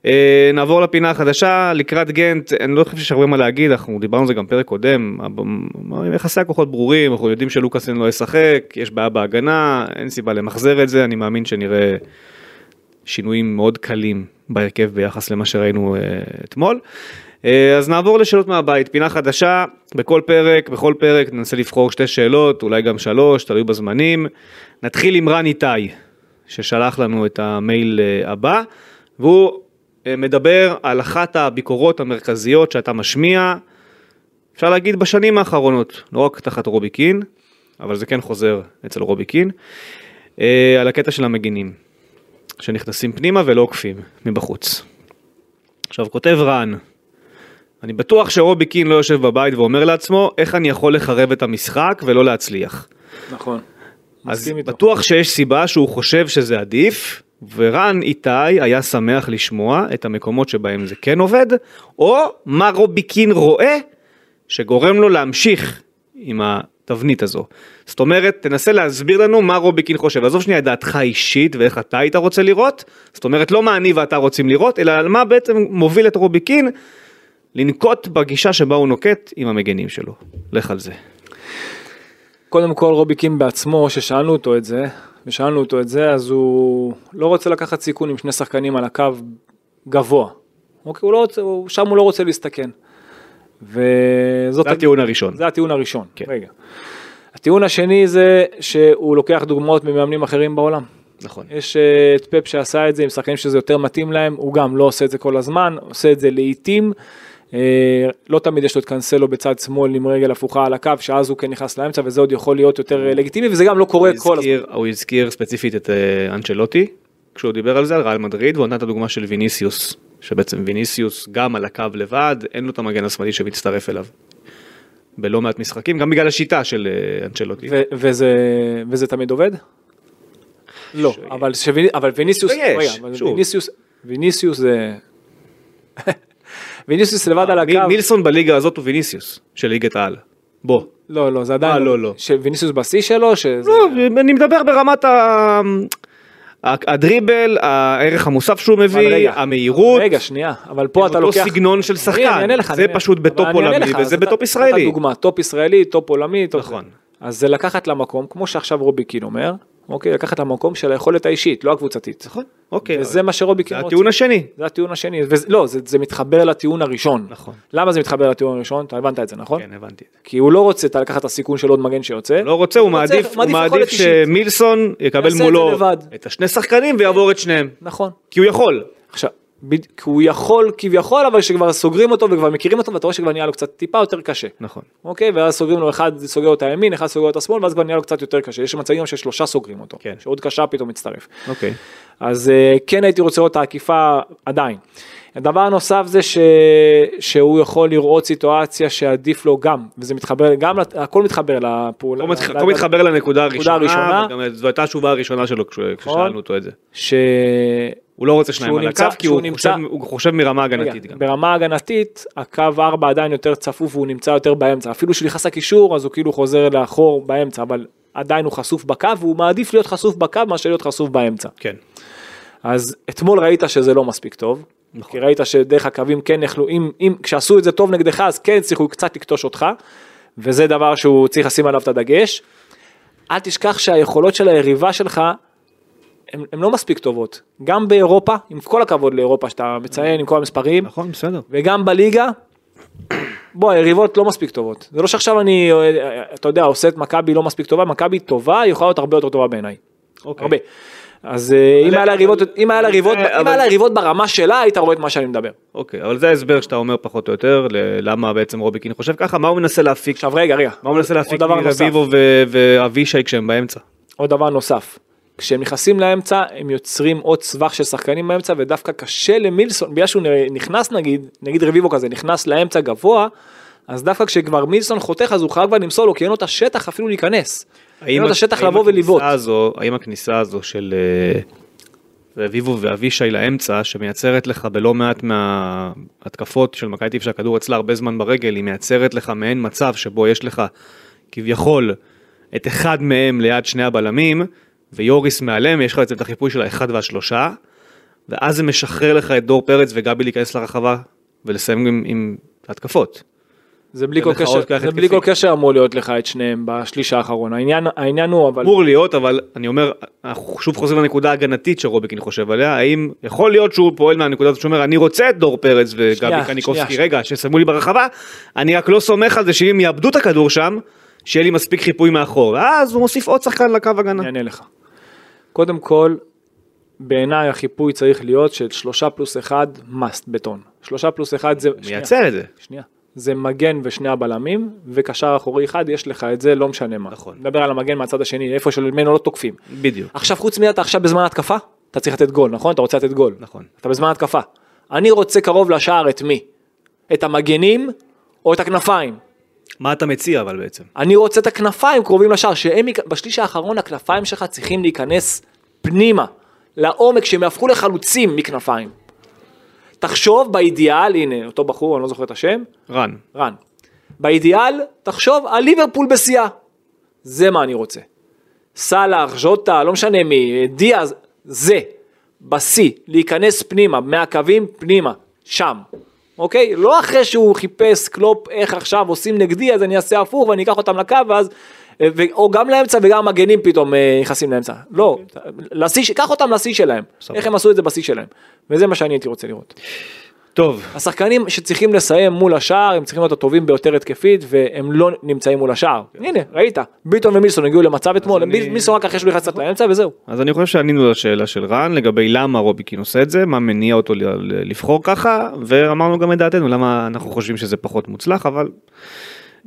[SPEAKER 2] אה, נעבור לפינה החדשה, לקראת גנט, אני לא חושב שיש הרבה מה להגיד, אנחנו דיברנו על זה גם פרק קודם, הב- יחסי הכוחות ברורים, אנחנו יודעים שלוקאסן לא ישחק, יש בעיה בהגנה, אין סיבה למחזר את זה, אני מאמין שנראה שינויים מאוד קלים בהרכב ביחס למה שראינו אה, אתמול. אה, אז נעבור לשאלות מהבית, פינה חדשה, בכל פרק, בכל פרק ננסה לבחור שתי שאלות, אולי גם שלוש, תלוי בזמנים. נתחיל עם רן איתי, ששלח לנו את המייל אה, הבא, והוא אה, מדבר על אחת הביקורות המרכזיות שאתה משמיע, אפשר להגיד בשנים האחרונות, לא רק תחת רובי קין, אבל זה כן חוזר אצל רובי קין, אה, על הקטע של המגינים. שנכנסים פנימה ולא עוקפים מבחוץ. עכשיו כותב רן, אני בטוח שרובי קין לא יושב בבית ואומר לעצמו איך אני יכול לחרב את המשחק ולא להצליח.
[SPEAKER 3] נכון.
[SPEAKER 2] אז
[SPEAKER 3] מסכים איתו.
[SPEAKER 2] בטוח שיש סיבה שהוא חושב שזה עדיף, ורן איתי היה שמח לשמוע את המקומות שבהם זה כן עובד, או מה רובי קין רואה שגורם לו להמשיך עם התבנית הזו. זאת אומרת, תנסה להסביר לנו מה רובי קין חושב. עזוב שנייה את דעתך האישית ואיך אתה היית רוצה לראות, זאת אומרת לא מה אני ואתה רוצים לראות, אלא על מה בעצם מוביל את רובי קין לנקוט בגישה שבה הוא נוקט עם המגנים שלו. לך על זה.
[SPEAKER 3] קודם כל רובי קים בעצמו, ששאלנו אותו את זה, ושאלנו אותו את זה, אז הוא לא רוצה לקחת סיכון עם שני שחקנים על הקו גבוה. אוקיי, הוא לא רוצה, הוא, שם הוא לא רוצה להסתכן. וזאת
[SPEAKER 2] זה הטיעון הראשון.
[SPEAKER 3] זה הטיעון הראשון,
[SPEAKER 2] כן.
[SPEAKER 3] כן. רגע. הטיעון השני זה שהוא לוקח דוגמאות ממאמנים אחרים בעולם.
[SPEAKER 2] נכון.
[SPEAKER 3] יש אה, את פפ שעשה את זה עם שחקנים שזה יותר מתאים להם, הוא גם לא עושה את זה כל הזמן, עושה את זה לעיתים. אה, לא תמיד יש לו את קאנסלו בצד שמאל עם רגל הפוכה על הקו, שאז הוא כן נכנס לאמצע וזה עוד יכול להיות יותר אה, לגיטימי וזה גם לא קורה כל הזמן.
[SPEAKER 2] הזכיר, הוא הזכיר ספציפית את אה, אנצ'לוטי, כשהוא דיבר על זה, על ריאל מדריד, והוא נתן את הדוגמה של ויניסיוס, שבעצם ויניסיוס גם על הקו לבד, אין לו את המגן השמאלי שמצטרף אליו. בלא מעט משחקים, גם בגלל השיטה של אה, אנצ'לוטי.
[SPEAKER 3] ו- וזה, וזה תמיד עובד? לא, אבל, שוויני, אבל ויניסיוס,
[SPEAKER 2] לא יש,
[SPEAKER 3] רגע, אבל
[SPEAKER 2] שוב.
[SPEAKER 3] ויניסיוס, ויניסיוס זה... ויניסיוס לבד על
[SPEAKER 2] אה, מי-
[SPEAKER 3] הקו.
[SPEAKER 2] נילסון בליגה הזאת הוא ויניסיוס, של ליגת העל. בוא.
[SPEAKER 3] לא, לא, זה עדיין...
[SPEAKER 2] אה, לא, לא.
[SPEAKER 3] שוויניסיוס בשיא שלו, שזה...
[SPEAKER 2] לא, אני מדבר ברמת ה... הדריבל, הערך המוסף שהוא
[SPEAKER 3] אבל
[SPEAKER 2] מביא,
[SPEAKER 3] רגע.
[SPEAKER 2] המהירות,
[SPEAKER 3] רגע, שנייה, אבל פה
[SPEAKER 2] עם
[SPEAKER 3] אתה
[SPEAKER 2] אותו
[SPEAKER 3] לוקח...
[SPEAKER 2] סגנון של שחקן.
[SPEAKER 3] אני אענה לך,
[SPEAKER 2] זה
[SPEAKER 3] אני אענה.
[SPEAKER 2] פשוט בטופ
[SPEAKER 3] אבל אני אענה
[SPEAKER 2] עולמי,
[SPEAKER 3] לך,
[SPEAKER 2] וזה
[SPEAKER 3] אז אתה-
[SPEAKER 2] בטופ ישראלי.
[SPEAKER 3] אתה דוגמה, טופ ישראלי, טופ עולמי, טופ...
[SPEAKER 2] נכון.
[SPEAKER 3] אז זה לקחת למקום, כמו שעכשיו רוביקין אומר, אוקיי, לקחת למקום של היכולת האישית, לא הקבוצתית.
[SPEAKER 2] נכון, אוקיי.
[SPEAKER 3] וזה מה נכון. שרוביקין
[SPEAKER 2] זה
[SPEAKER 3] רוצה.
[SPEAKER 2] הטיעון השני.
[SPEAKER 3] זה הטיעון השני, וזה- לא, זה זה מתחבר לטיעון הראשון.
[SPEAKER 2] נכון.
[SPEAKER 3] למה זה מתחבר לטיעון הראשון? אתה הבנת את זה, נכון?
[SPEAKER 2] כן, הבנתי.
[SPEAKER 3] כי הוא לא רוצה אתה לקחת את הסיכון של עוד מגן שיוצא.
[SPEAKER 2] לא רוצה, הוא מעדיף, הוא
[SPEAKER 3] יכולת
[SPEAKER 2] מעדיף
[SPEAKER 3] אישית.
[SPEAKER 2] שמילסון יקבל
[SPEAKER 3] יעשה את
[SPEAKER 2] מולו
[SPEAKER 3] זה לבד.
[SPEAKER 2] את השני שחקנים ויעבור את שניהם,
[SPEAKER 3] נכון.
[SPEAKER 2] כי הוא יכול.
[SPEAKER 3] עכשיו, בד- כי הוא יכול כביכול, אבל שכבר סוגרים אותו וכבר מכירים אותו, ואתה רואה שכבר נהיה לו קצת טיפה יותר קשה.
[SPEAKER 2] נכון.
[SPEAKER 3] אוקיי, ואז סוגרים לו אחד סוגר אותו הימין, אחד סוגר אותו השמאל, ואז כבר נהיה לו קצת יותר קשה. יש מצבים גם ששלושה סוגרים אותו.
[SPEAKER 2] כן.
[SPEAKER 3] שעוד קשה פתאום מצטרף.
[SPEAKER 2] אוקיי.
[SPEAKER 3] אז אה, כן הייתי רוצה לראות את העקיפה עדיין. הדבר הנוסף זה ש... שהוא יכול לראות סיטואציה שעדיף לו גם, וזה מתחבר, גם לת- הכל מתחבר לפעולה.
[SPEAKER 2] הכל מתח-
[SPEAKER 3] ל-
[SPEAKER 2] הכל
[SPEAKER 3] ל-
[SPEAKER 2] מתחבר לנקודה
[SPEAKER 3] הנקודה
[SPEAKER 2] הראשונה,
[SPEAKER 3] הראשונה.
[SPEAKER 2] וגם זו הייתה התשובה הראשונה שלו כש-
[SPEAKER 3] נכון.
[SPEAKER 2] כששאלנו אותו את זה.
[SPEAKER 3] ש...
[SPEAKER 2] הוא לא רוצה שניים
[SPEAKER 3] שהוא
[SPEAKER 2] על
[SPEAKER 3] נמצא-
[SPEAKER 2] הקו, כי
[SPEAKER 3] שהוא
[SPEAKER 2] הוא
[SPEAKER 3] נמצא-
[SPEAKER 2] חושב- הוא חושב מרמה הגנתית
[SPEAKER 3] רגע,
[SPEAKER 2] גם.
[SPEAKER 3] ברמה הגנתית, הקו 4 עדיין יותר צפוף והוא נמצא יותר באמצע. אפילו כשהוא נכנס לקישור, אז הוא כאילו חוזר לאחור באמצע, אבל עדיין הוא חשוף בקו, והוא מעדיף להיות חשוף בקו מאשר להיות חשוף באמצע.
[SPEAKER 2] כן.
[SPEAKER 3] אז אתמול ראית שזה לא מספיק טוב.
[SPEAKER 2] נכון.
[SPEAKER 3] כי ראית שדרך הקווים כן יכלו, אם, אם כשעשו את זה טוב נגדך אז כן הצליחו קצת לקטוש אותך וזה דבר שהוא צריך לשים עליו את הדגש. אל תשכח שהיכולות של היריבה שלך הן לא מספיק טובות. גם באירופה, עם כל הכבוד לאירופה שאתה מציין עם כל המספרים,
[SPEAKER 2] נכון, בסדר.
[SPEAKER 3] וגם בליגה, בוא, היריבות לא מספיק טובות. זה לא שעכשיו אני, אה, אתה יודע, עושה את מכבי לא מספיק טובה, מכבי טובה, היא יכולה להיות הרבה יותר טובה בעיניי.
[SPEAKER 2] אוקיי.
[SPEAKER 3] הרבה. אז אה, אם היה לה ריבות- אם היה לה ריבות-
[SPEAKER 2] זה-
[SPEAKER 3] אם היה לה
[SPEAKER 2] אבל-
[SPEAKER 3] ריבות ברמה שלה, היית רואה את מה שאני מדבר.
[SPEAKER 2] אוקיי, אבל זה ההסבר שאתה אומר פחות או יותר, ל- למה בעצם רוביקין חושב ככה, מה הוא מנסה להפיק,
[SPEAKER 3] עכשיו רגע, רגע,
[SPEAKER 2] מה הוא מנסה להפיק
[SPEAKER 3] דבר נוסף.
[SPEAKER 2] מרביבו ו- ואבישי כשהם באמצע.
[SPEAKER 3] עוד דבר נוסף. כשהם נכנסים לאמצע, הם יוצרים עוד סבך של שחקנים באמצע, ודווקא קשה למילסון, בגלל שהוא נכנס נגיד, נגיד רביבו כזה, נכנס לאמצע גבוה, אז דווקא כשכבר מילסון חותך, אז הוא חייב כבר למסור לו, כי אין לו את השטח אפילו להיכנס. אין לו את השטח לבוא ולבעוט.
[SPEAKER 2] הכניסה הזו, האם הכניסה הזו של אה, רביבו ואבישי לאמצע, שמייצרת לך בלא מעט מההתקפות של מכבי טיפ שהכדור אצלה הרבה זמן ברגל, היא מייצרת לך מעין מצב שבו יש לך כביכול את אחד מהם ליד שני הבלמים, ויוריס מעליהם, יש לך בעצם את החיפוי של האחד והשלושה, ואז זה משחרר לך את דור פרץ וגבי להיכנס לרחבה ולסיים עם, עם התקפות.
[SPEAKER 3] זה בלי
[SPEAKER 2] אין
[SPEAKER 3] כל
[SPEAKER 2] לך
[SPEAKER 3] קשר,
[SPEAKER 2] עוד כך
[SPEAKER 3] זה
[SPEAKER 2] התקפי.
[SPEAKER 3] בלי כל קשר אמור להיות לך את שניהם בשליש האחרון. העניין, העניין הוא, אבל
[SPEAKER 2] אמור להיות אבל אני אומר אנחנו שוב חוזרים לנקודה ההגנתית שרוביקין חושב עליה האם יכול להיות שהוא פועל מהנקודה הזאת שאומר אני רוצה את דור פרץ וגבי
[SPEAKER 3] שנייה,
[SPEAKER 2] קניקובסקי
[SPEAKER 3] שנייה.
[SPEAKER 2] רגע ששמו לי ברחבה אני רק לא סומך על זה שאם יאבדו את הכדור שם שיהיה לי מספיק חיפוי מאחור אז הוא מוסיף עוד שחקן לקו הגנה.
[SPEAKER 3] אני אענה לך. קודם כל, בעיניי החיפוי צריך להיות של שלושה פלוס אחד must בטון. שלושה פלוס אחד זה... שנייה.
[SPEAKER 2] מייצר את זה.
[SPEAKER 3] שנייה. זה מגן ושני הבלמים, וקשר אחורי אחד, יש לך את זה, לא משנה מה.
[SPEAKER 2] נכון.
[SPEAKER 3] נדבר על המגן מהצד השני, איפה שממנו לא תוקפים.
[SPEAKER 2] בדיוק.
[SPEAKER 3] עכשיו, חוץ מזה, אתה עכשיו בזמן התקפה, אתה צריך לתת גול, נכון? אתה רוצה לתת גול.
[SPEAKER 2] נכון.
[SPEAKER 3] אתה בזמן התקפה. אני רוצה קרוב לשער את מי? את המגנים או את הכנפיים?
[SPEAKER 2] מה אתה מציע אבל בעצם?
[SPEAKER 3] אני רוצה את הכנפיים קרובים לשער, שהם, ייכ- בשליש האחרון הכנפיים שלך צריכים להיכנס פנימה, לעומק, שהם יהפכו לחלוצים מכנפיים. תחשוב באידיאל, הנה, אותו בחור, אני לא זוכר את השם,
[SPEAKER 2] רן.
[SPEAKER 3] רן. באידיאל, תחשוב על ליברפול בשיאה. זה מה אני רוצה. סאלח, ז'וטה, לא משנה מי, דיאז, זה. בשיא, להיכנס פנימה, מהקווים פנימה, שם. אוקיי? לא אחרי שהוא חיפש קלופ איך עכשיו עושים נגדי, אז אני אעשה הפוך ואני אקח אותם לקו ואז... ו- או גם לאמצע וגם מגנים פתאום אה, נכנסים לאמצע. לא, לשיא, ש- קח אותם לשיא שלהם.
[SPEAKER 2] סבבה.
[SPEAKER 3] איך הם עשו את זה בשיא שלהם. וזה מה שאני הייתי רוצה לראות.
[SPEAKER 2] טוב.
[SPEAKER 3] השחקנים שצריכים לסיים מול השער הם צריכים להיות הטובים ביותר התקפית והם לא נמצאים מול השער. הנה ראית ביטון ומילסון הגיעו למצב אתמול
[SPEAKER 2] כן. אני-
[SPEAKER 3] מיל- מילסון רק אחרי שהוא נכנס קצת לאמצע וזהו.
[SPEAKER 2] אז אני חושב שענינו לשאלה של רן לגבי למה רוביקין עושה את זה, מה מניע אותו ל- ל- לבחור ככה, ואמרנו גם את דעתנו למה אנחנו חושבים שזה פחות מוצלח, אבל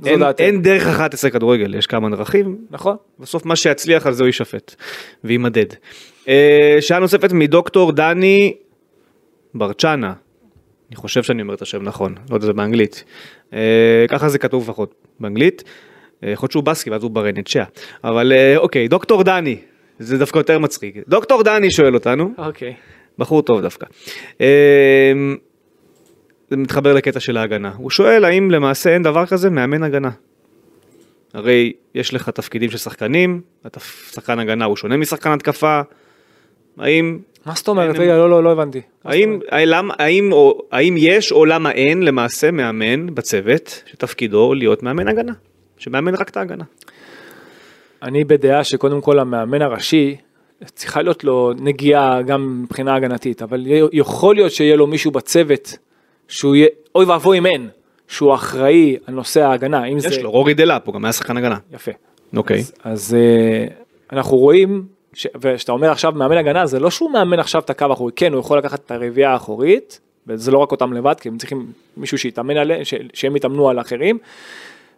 [SPEAKER 3] זו
[SPEAKER 2] אין,
[SPEAKER 3] דעתי.
[SPEAKER 2] אין דרך אחת לשחק כדורגל, יש כמה דרכים,
[SPEAKER 3] נכון?
[SPEAKER 2] בסוף מה שיצליח על זה הוא יישפט ויימדד. אה, שעה נוספת מדוקטור דני ברצ'אנה, אני חושב שאני אומר את השם נכון, לא יודע זה באנגלית, אה, ככה זה כתוב לפחות באנגלית, אה, יכול להיות שהוא בסקי ואז הוא ברנצ'ה, אבל אה, אוקיי, דוקטור דני, זה דווקא יותר מצחיק, דוקטור דני שואל אותנו,
[SPEAKER 3] אוקיי.
[SPEAKER 2] בחור טוב דווקא. אמ, זה מתחבר לקטע של ההגנה. הוא שואל האם למעשה אין דבר כזה מאמן הגנה. הרי יש לך תפקידים של שחקנים, אתה שחקן הגנה הוא שונה משחקן התקפה. האם,
[SPEAKER 3] מה זאת אומרת
[SPEAKER 2] אין-
[SPEAKER 3] רגע לא לא לא הבנתי.
[SPEAKER 2] האם, האם, האם, או, האם יש או למה אין למעשה מאמן בצוות שתפקידו להיות מאמן הגנה? שמאמן רק את ההגנה.
[SPEAKER 3] אני בדעה שקודם כל המאמן הראשי צריכה להיות לו נגיעה גם מבחינה הגנתית אבל יהיה- יכול להיות שיהיה לו מישהו בצוות שהוא יהיה אוי ואבוי אם אין שהוא אחראי על נושא ההגנה אם זה
[SPEAKER 2] יש לו, רורי דלה פה גם היה שחקן הגנה.
[SPEAKER 3] יפה.
[SPEAKER 2] אוקיי.
[SPEAKER 3] אז, אז אה, אנחנו רואים, ש- וכשאתה אומר עכשיו מאמן הגנה, זה לא שהוא מאמן עכשיו את הקו האחורי, כן, הוא יכול לקחת את הרביעייה האחורית, וזה לא רק אותם לבד, כי הם צריכים מישהו שיתאמן עליהם, ש- שהם יתאמנו על אחרים,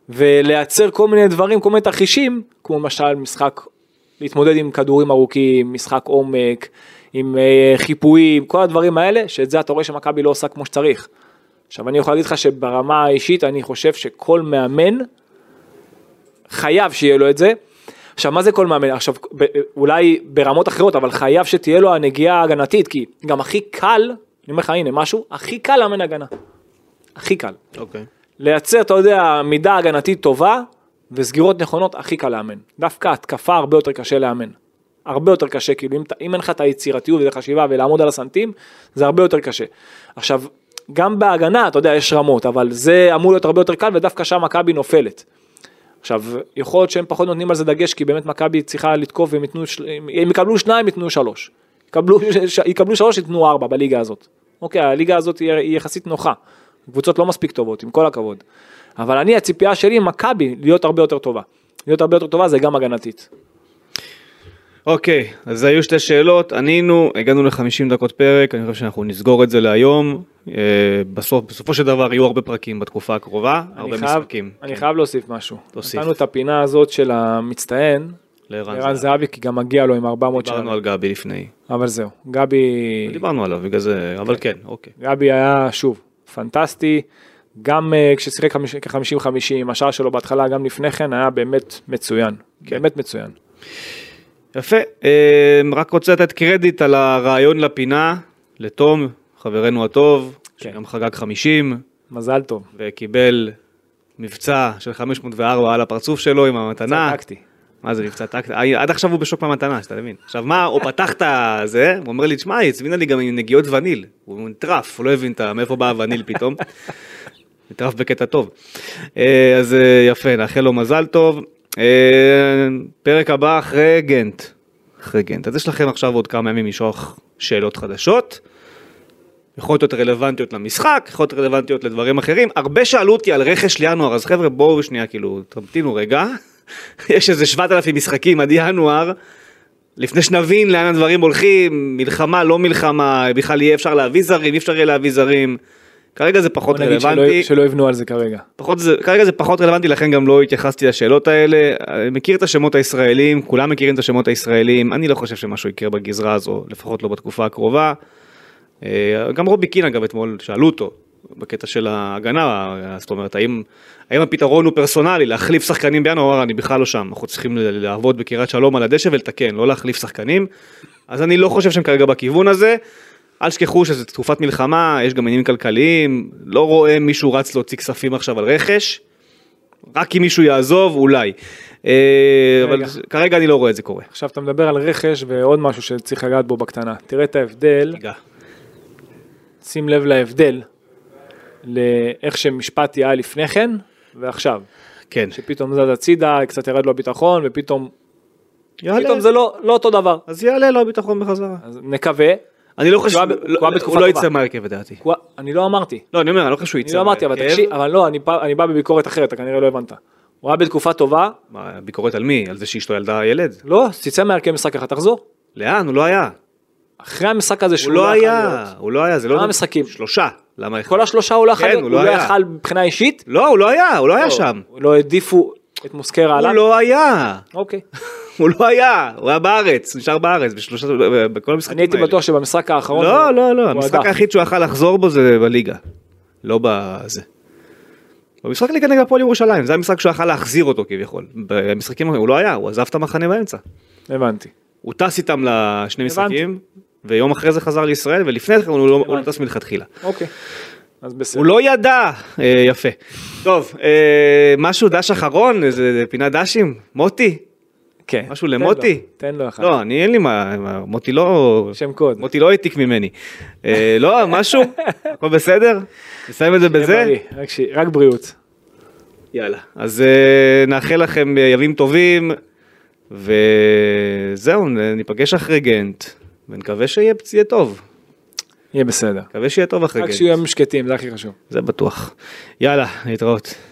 [SPEAKER 3] ולייצר כל מיני דברים, כל מיני תרחישים, כמו למשל משחק, להתמודד עם כדורים ארוכים, משחק עומק, עם אה, חיפויים, כל הדברים האלה, שאת זה אתה רואה שמכבי לא עושה כמו שצריך. עכשיו אני יכול להגיד לך שברמה האישית אני חושב שכל מאמן חייב שיהיה לו את זה. עכשיו מה זה כל מאמן עכשיו ב- אולי ברמות אחרות אבל חייב שתהיה לו הנגיעה ההגנתית כי גם הכי קל אני אומר לך הנה משהו הכי קל לאמן הגנה. הכי קל.
[SPEAKER 2] אוקיי.
[SPEAKER 3] לייצר אתה יודע מידה הגנתית טובה וסגירות נכונות הכי קל לאמן. דווקא התקפה הרבה יותר קשה לאמן. הרבה יותר קשה כאילו אם, אתה- אם אין לך את היצירתיות ואת החשיבה ולעמוד על הסנטים זה הרבה יותר קשה. עכשיו גם בהגנה אתה יודע יש רמות אבל זה אמור להיות הרבה יותר קל ודווקא שם מכבי נופלת. עכשיו, יכול להיות שהם פחות נותנים על זה דגש, כי באמת מכבי צריכה לתקוף והם ייתנו, של- אם יקבלו שניים ייתנו שלוש. יקבלו, ש- יקבלו שלוש ייתנו ארבע בליגה הזאת. אוקיי, הליגה הזאת היא היא יחסית נוחה. קבוצות לא מספיק טובות, עם כל הכבוד. אבל אני, הציפייה שלי ממכבי להיות הרבה יותר טובה. להיות הרבה יותר טובה זה גם הגנתית.
[SPEAKER 2] אוקיי, אז היו שתי שאלות, ענינו, הגענו ל-50 דקות פרק, אני חושב שאנחנו נסגור את זה להיום. אה, בסוף, בסופו של דבר יהיו הרבה פרקים בתקופה הקרובה, הרבה
[SPEAKER 3] אני חייב-
[SPEAKER 2] משחקים. כן.
[SPEAKER 3] אני חייב להוסיף משהו.
[SPEAKER 2] תוסיף.
[SPEAKER 3] נתנו את הפינה הזאת של המצטיין,
[SPEAKER 2] לערן
[SPEAKER 3] ערן
[SPEAKER 2] זהב.
[SPEAKER 3] זהבי, כי גם מגיע לו עם 400
[SPEAKER 2] דיברנו
[SPEAKER 3] שנה.
[SPEAKER 2] על גבי לפני.
[SPEAKER 3] אבל זהו, גבי...
[SPEAKER 2] דיברנו עליו, בגלל זה, אבל כן, אוקיי.
[SPEAKER 3] גבי היה שוב פנטסטי, גם אה, כששיחק חמיש- כ-50-50, השער שלו בהתחלה, גם לפני כן, היה באמת מצוין. באמת מצוין.
[SPEAKER 2] יפה, אה, רק רוצה לתת קרדיט על הרעיון לפינה, לתום, חברנו הטוב,
[SPEAKER 3] כן.
[SPEAKER 2] שגם חגג 50,
[SPEAKER 3] מזל טוב.
[SPEAKER 2] וקיבל מבצע של 504 על הפרצוף שלו עם המתנה.
[SPEAKER 3] צדקתי.
[SPEAKER 2] מה זה מבצע טקטי? עד עכשיו הוא בשוק מהמתנה, אז אתה מבין? עכשיו מה, הוא פתח את זה, הוא אומר לי, תשמע, היא הצמינה לי גם עם נגיעות וניל. הוא נטרף, הוא לא הבין את ה- מאיפה בא הווניל פתאום. נטרף בקטע טוב. אה, אז אה, יפה, נאחל לו מזל טוב. אה, פרק הבא אחרי גנט. אחרי גנט. אז יש לכם עכשיו עוד כמה ימים לשלוח שאלות חדשות. יכולות להיות רלוונטיות למשחק, יכולות להיות רלוונטיות לדברים אחרים. הרבה שאלו אותי על רכש לינואר, אז חבר'ה בואו שנייה, כאילו, תמתינו רגע. יש איזה 7,000 משחקים עד ינואר. לפני שנבין לאן הדברים הולכים, מלחמה, לא מלחמה, בכלל יהיה אפשר להביא זרים, אי אפשר יהיה להביא זרים. כרגע זה פחות
[SPEAKER 3] בוא נגיד
[SPEAKER 2] רלוונטי.
[SPEAKER 3] שלא- שלא יבנו על זה כרגע.
[SPEAKER 2] פחות זה, כרגע זה פחות רלוונטי לכן גם לא התייחסתי לשאלות האלה. אני מכיר את השמות הישראלים, כולם מכירים את השמות הישראלים, אני לא חושב שמשהו יקרה בגזרה הזו, לפחות לא בתקופה הקרובה. אה, גם רובי קין אגב אתמול שאלו אותו בקטע של ההגנה, זאת אומרת האם, האם הפתרון הוא פרסונלי, להחליף שחקנים בינואר, הוא אמר, אני בכלל לא שם, אנחנו צריכים ל- לעבוד בקריית שלום על הדשא ולתקן, לא להחליף שחקנים. אז אני לא חושב שהם כרגע בכיוון הזה. אל תשכחו שזו תקופת מלחמה, יש גם עניינים כלכליים, לא רואה מישהו רץ להוציא כספים עכשיו על רכש, רק אם מישהו יעזוב אולי. אה, אבל
[SPEAKER 3] רגע.
[SPEAKER 2] כרגע אני לא רואה את זה קורה.
[SPEAKER 3] עכשיו אתה מדבר על רכש ועוד משהו שצריך לגעת בו בקטנה. תראה את ההבדל,
[SPEAKER 2] רגע.
[SPEAKER 3] שים לב להבדל, לאיך שמשפטי היה לפני כן ועכשיו.
[SPEAKER 2] כן.
[SPEAKER 3] שפתאום זז הצידה, קצת ירד לו הביטחון, ופתאום פתאום
[SPEAKER 2] יעלה,
[SPEAKER 3] זה לא לא אותו דבר.
[SPEAKER 2] אז יעלה לו הביטחון בחזרה.
[SPEAKER 3] אז נקווה,
[SPEAKER 2] אני לא חושב,
[SPEAKER 3] הוא היה ב-
[SPEAKER 2] לא-
[SPEAKER 3] הוא היה בתקופה
[SPEAKER 2] הוא לא
[SPEAKER 3] טובה.
[SPEAKER 2] יצא מהרכב לדעתי.
[SPEAKER 3] הוא- אני לא אמרתי.
[SPEAKER 2] לא, אני אומר, אני לא חושב שהוא יצא
[SPEAKER 3] אני לא אמרתי, אבל
[SPEAKER 2] מהרכב.
[SPEAKER 3] תקשיב, אבל לא, אני פ- אני בא בביקורת אחרת, אתה כנראה לא הבנת. הוא היה בתקופה טובה,
[SPEAKER 2] מה, ביקורת על מי? על זה שאשתו ילדה ילד?
[SPEAKER 3] לא, תצא מהרכב משחק אחד, תחזור.
[SPEAKER 2] לאן? הוא לא היה.
[SPEAKER 3] אחרי המשחק הזה
[SPEAKER 2] הוא
[SPEAKER 3] שהוא
[SPEAKER 2] לא
[SPEAKER 3] יכול
[SPEAKER 2] היה,
[SPEAKER 3] להיות,
[SPEAKER 2] הוא לא היה, זה לא...
[SPEAKER 3] כמה משחקים?
[SPEAKER 2] שלושה. למה אחד?
[SPEAKER 3] כל השלושה הוא לא יכול
[SPEAKER 2] כן,
[SPEAKER 3] להיות,
[SPEAKER 2] הוא
[SPEAKER 3] הוא
[SPEAKER 2] לא
[SPEAKER 3] לא
[SPEAKER 2] היה.
[SPEAKER 3] יכל מבחינה אישית,
[SPEAKER 2] לא, הוא לא היה, הוא לא היה שם.
[SPEAKER 3] לא העדיפו את מוסקרה
[SPEAKER 2] הוא
[SPEAKER 3] עליו.
[SPEAKER 2] לא היה.
[SPEAKER 3] אוקיי.
[SPEAKER 2] הוא לא היה, הוא היה בארץ, הוא נשאר בארץ בשלושה, בכל המשחקים
[SPEAKER 3] אני הייתי
[SPEAKER 2] האלה.
[SPEAKER 3] בטוח שבמשחק האחרון,
[SPEAKER 2] לא,
[SPEAKER 3] הוא-
[SPEAKER 2] לא, לא,
[SPEAKER 3] הוא
[SPEAKER 2] המשחק
[SPEAKER 3] הדח.
[SPEAKER 2] היחיד שהוא יכל לחזור בו זה בליגה. לא בזה. במשחק ליגה נגד הפועל ירושלים, זה המשחק שהוא יכל להחזיר אותו כביכול. במשחקים, הוא לא היה, הוא עזב את המחנה באמצע.
[SPEAKER 3] הבנתי.
[SPEAKER 2] הוא טס איתם לשני
[SPEAKER 3] הבנתי.
[SPEAKER 2] משחקים, ויום אחרי זה חזר לישראל, ולפני כן הוא לא- הוא לא
[SPEAKER 3] הבנתי.
[SPEAKER 2] טס מלכתחילה.
[SPEAKER 3] אוקיי. אז בסדר.
[SPEAKER 2] הוא לא ידע, אה, יפה. טוב, אה, משהו דש אחרון, איזה פינת דשים, מוטי.
[SPEAKER 3] כן.
[SPEAKER 2] משהו
[SPEAKER 3] תן לו,
[SPEAKER 2] למוטי?
[SPEAKER 3] תן לו אחד.
[SPEAKER 2] לא, אני אין לי מה, מה- מוטי לא...
[SPEAKER 3] נכון. שם קוד.
[SPEAKER 2] מוטי לא העתיק ממני. אה, לא, משהו? הכל בסדר? נסיים את זה
[SPEAKER 3] תהיה
[SPEAKER 2] בזה?
[SPEAKER 3] כן, בריא, רק ש- רק בריאות.
[SPEAKER 2] יאללה. אז אה, נאחל לכם אה, ימים טובים, וזהו, נ- ניפגש אחרי גנט, ונקווה שיהיה פציעה טוב.
[SPEAKER 3] יהיה בסדר.
[SPEAKER 2] מקווה שיהיה טוב אחרי
[SPEAKER 3] רק שיהיו
[SPEAKER 2] גנט.
[SPEAKER 3] ימים שקטים, זה הכי חשוב.
[SPEAKER 2] זה בטוח. יאללה, להתראות.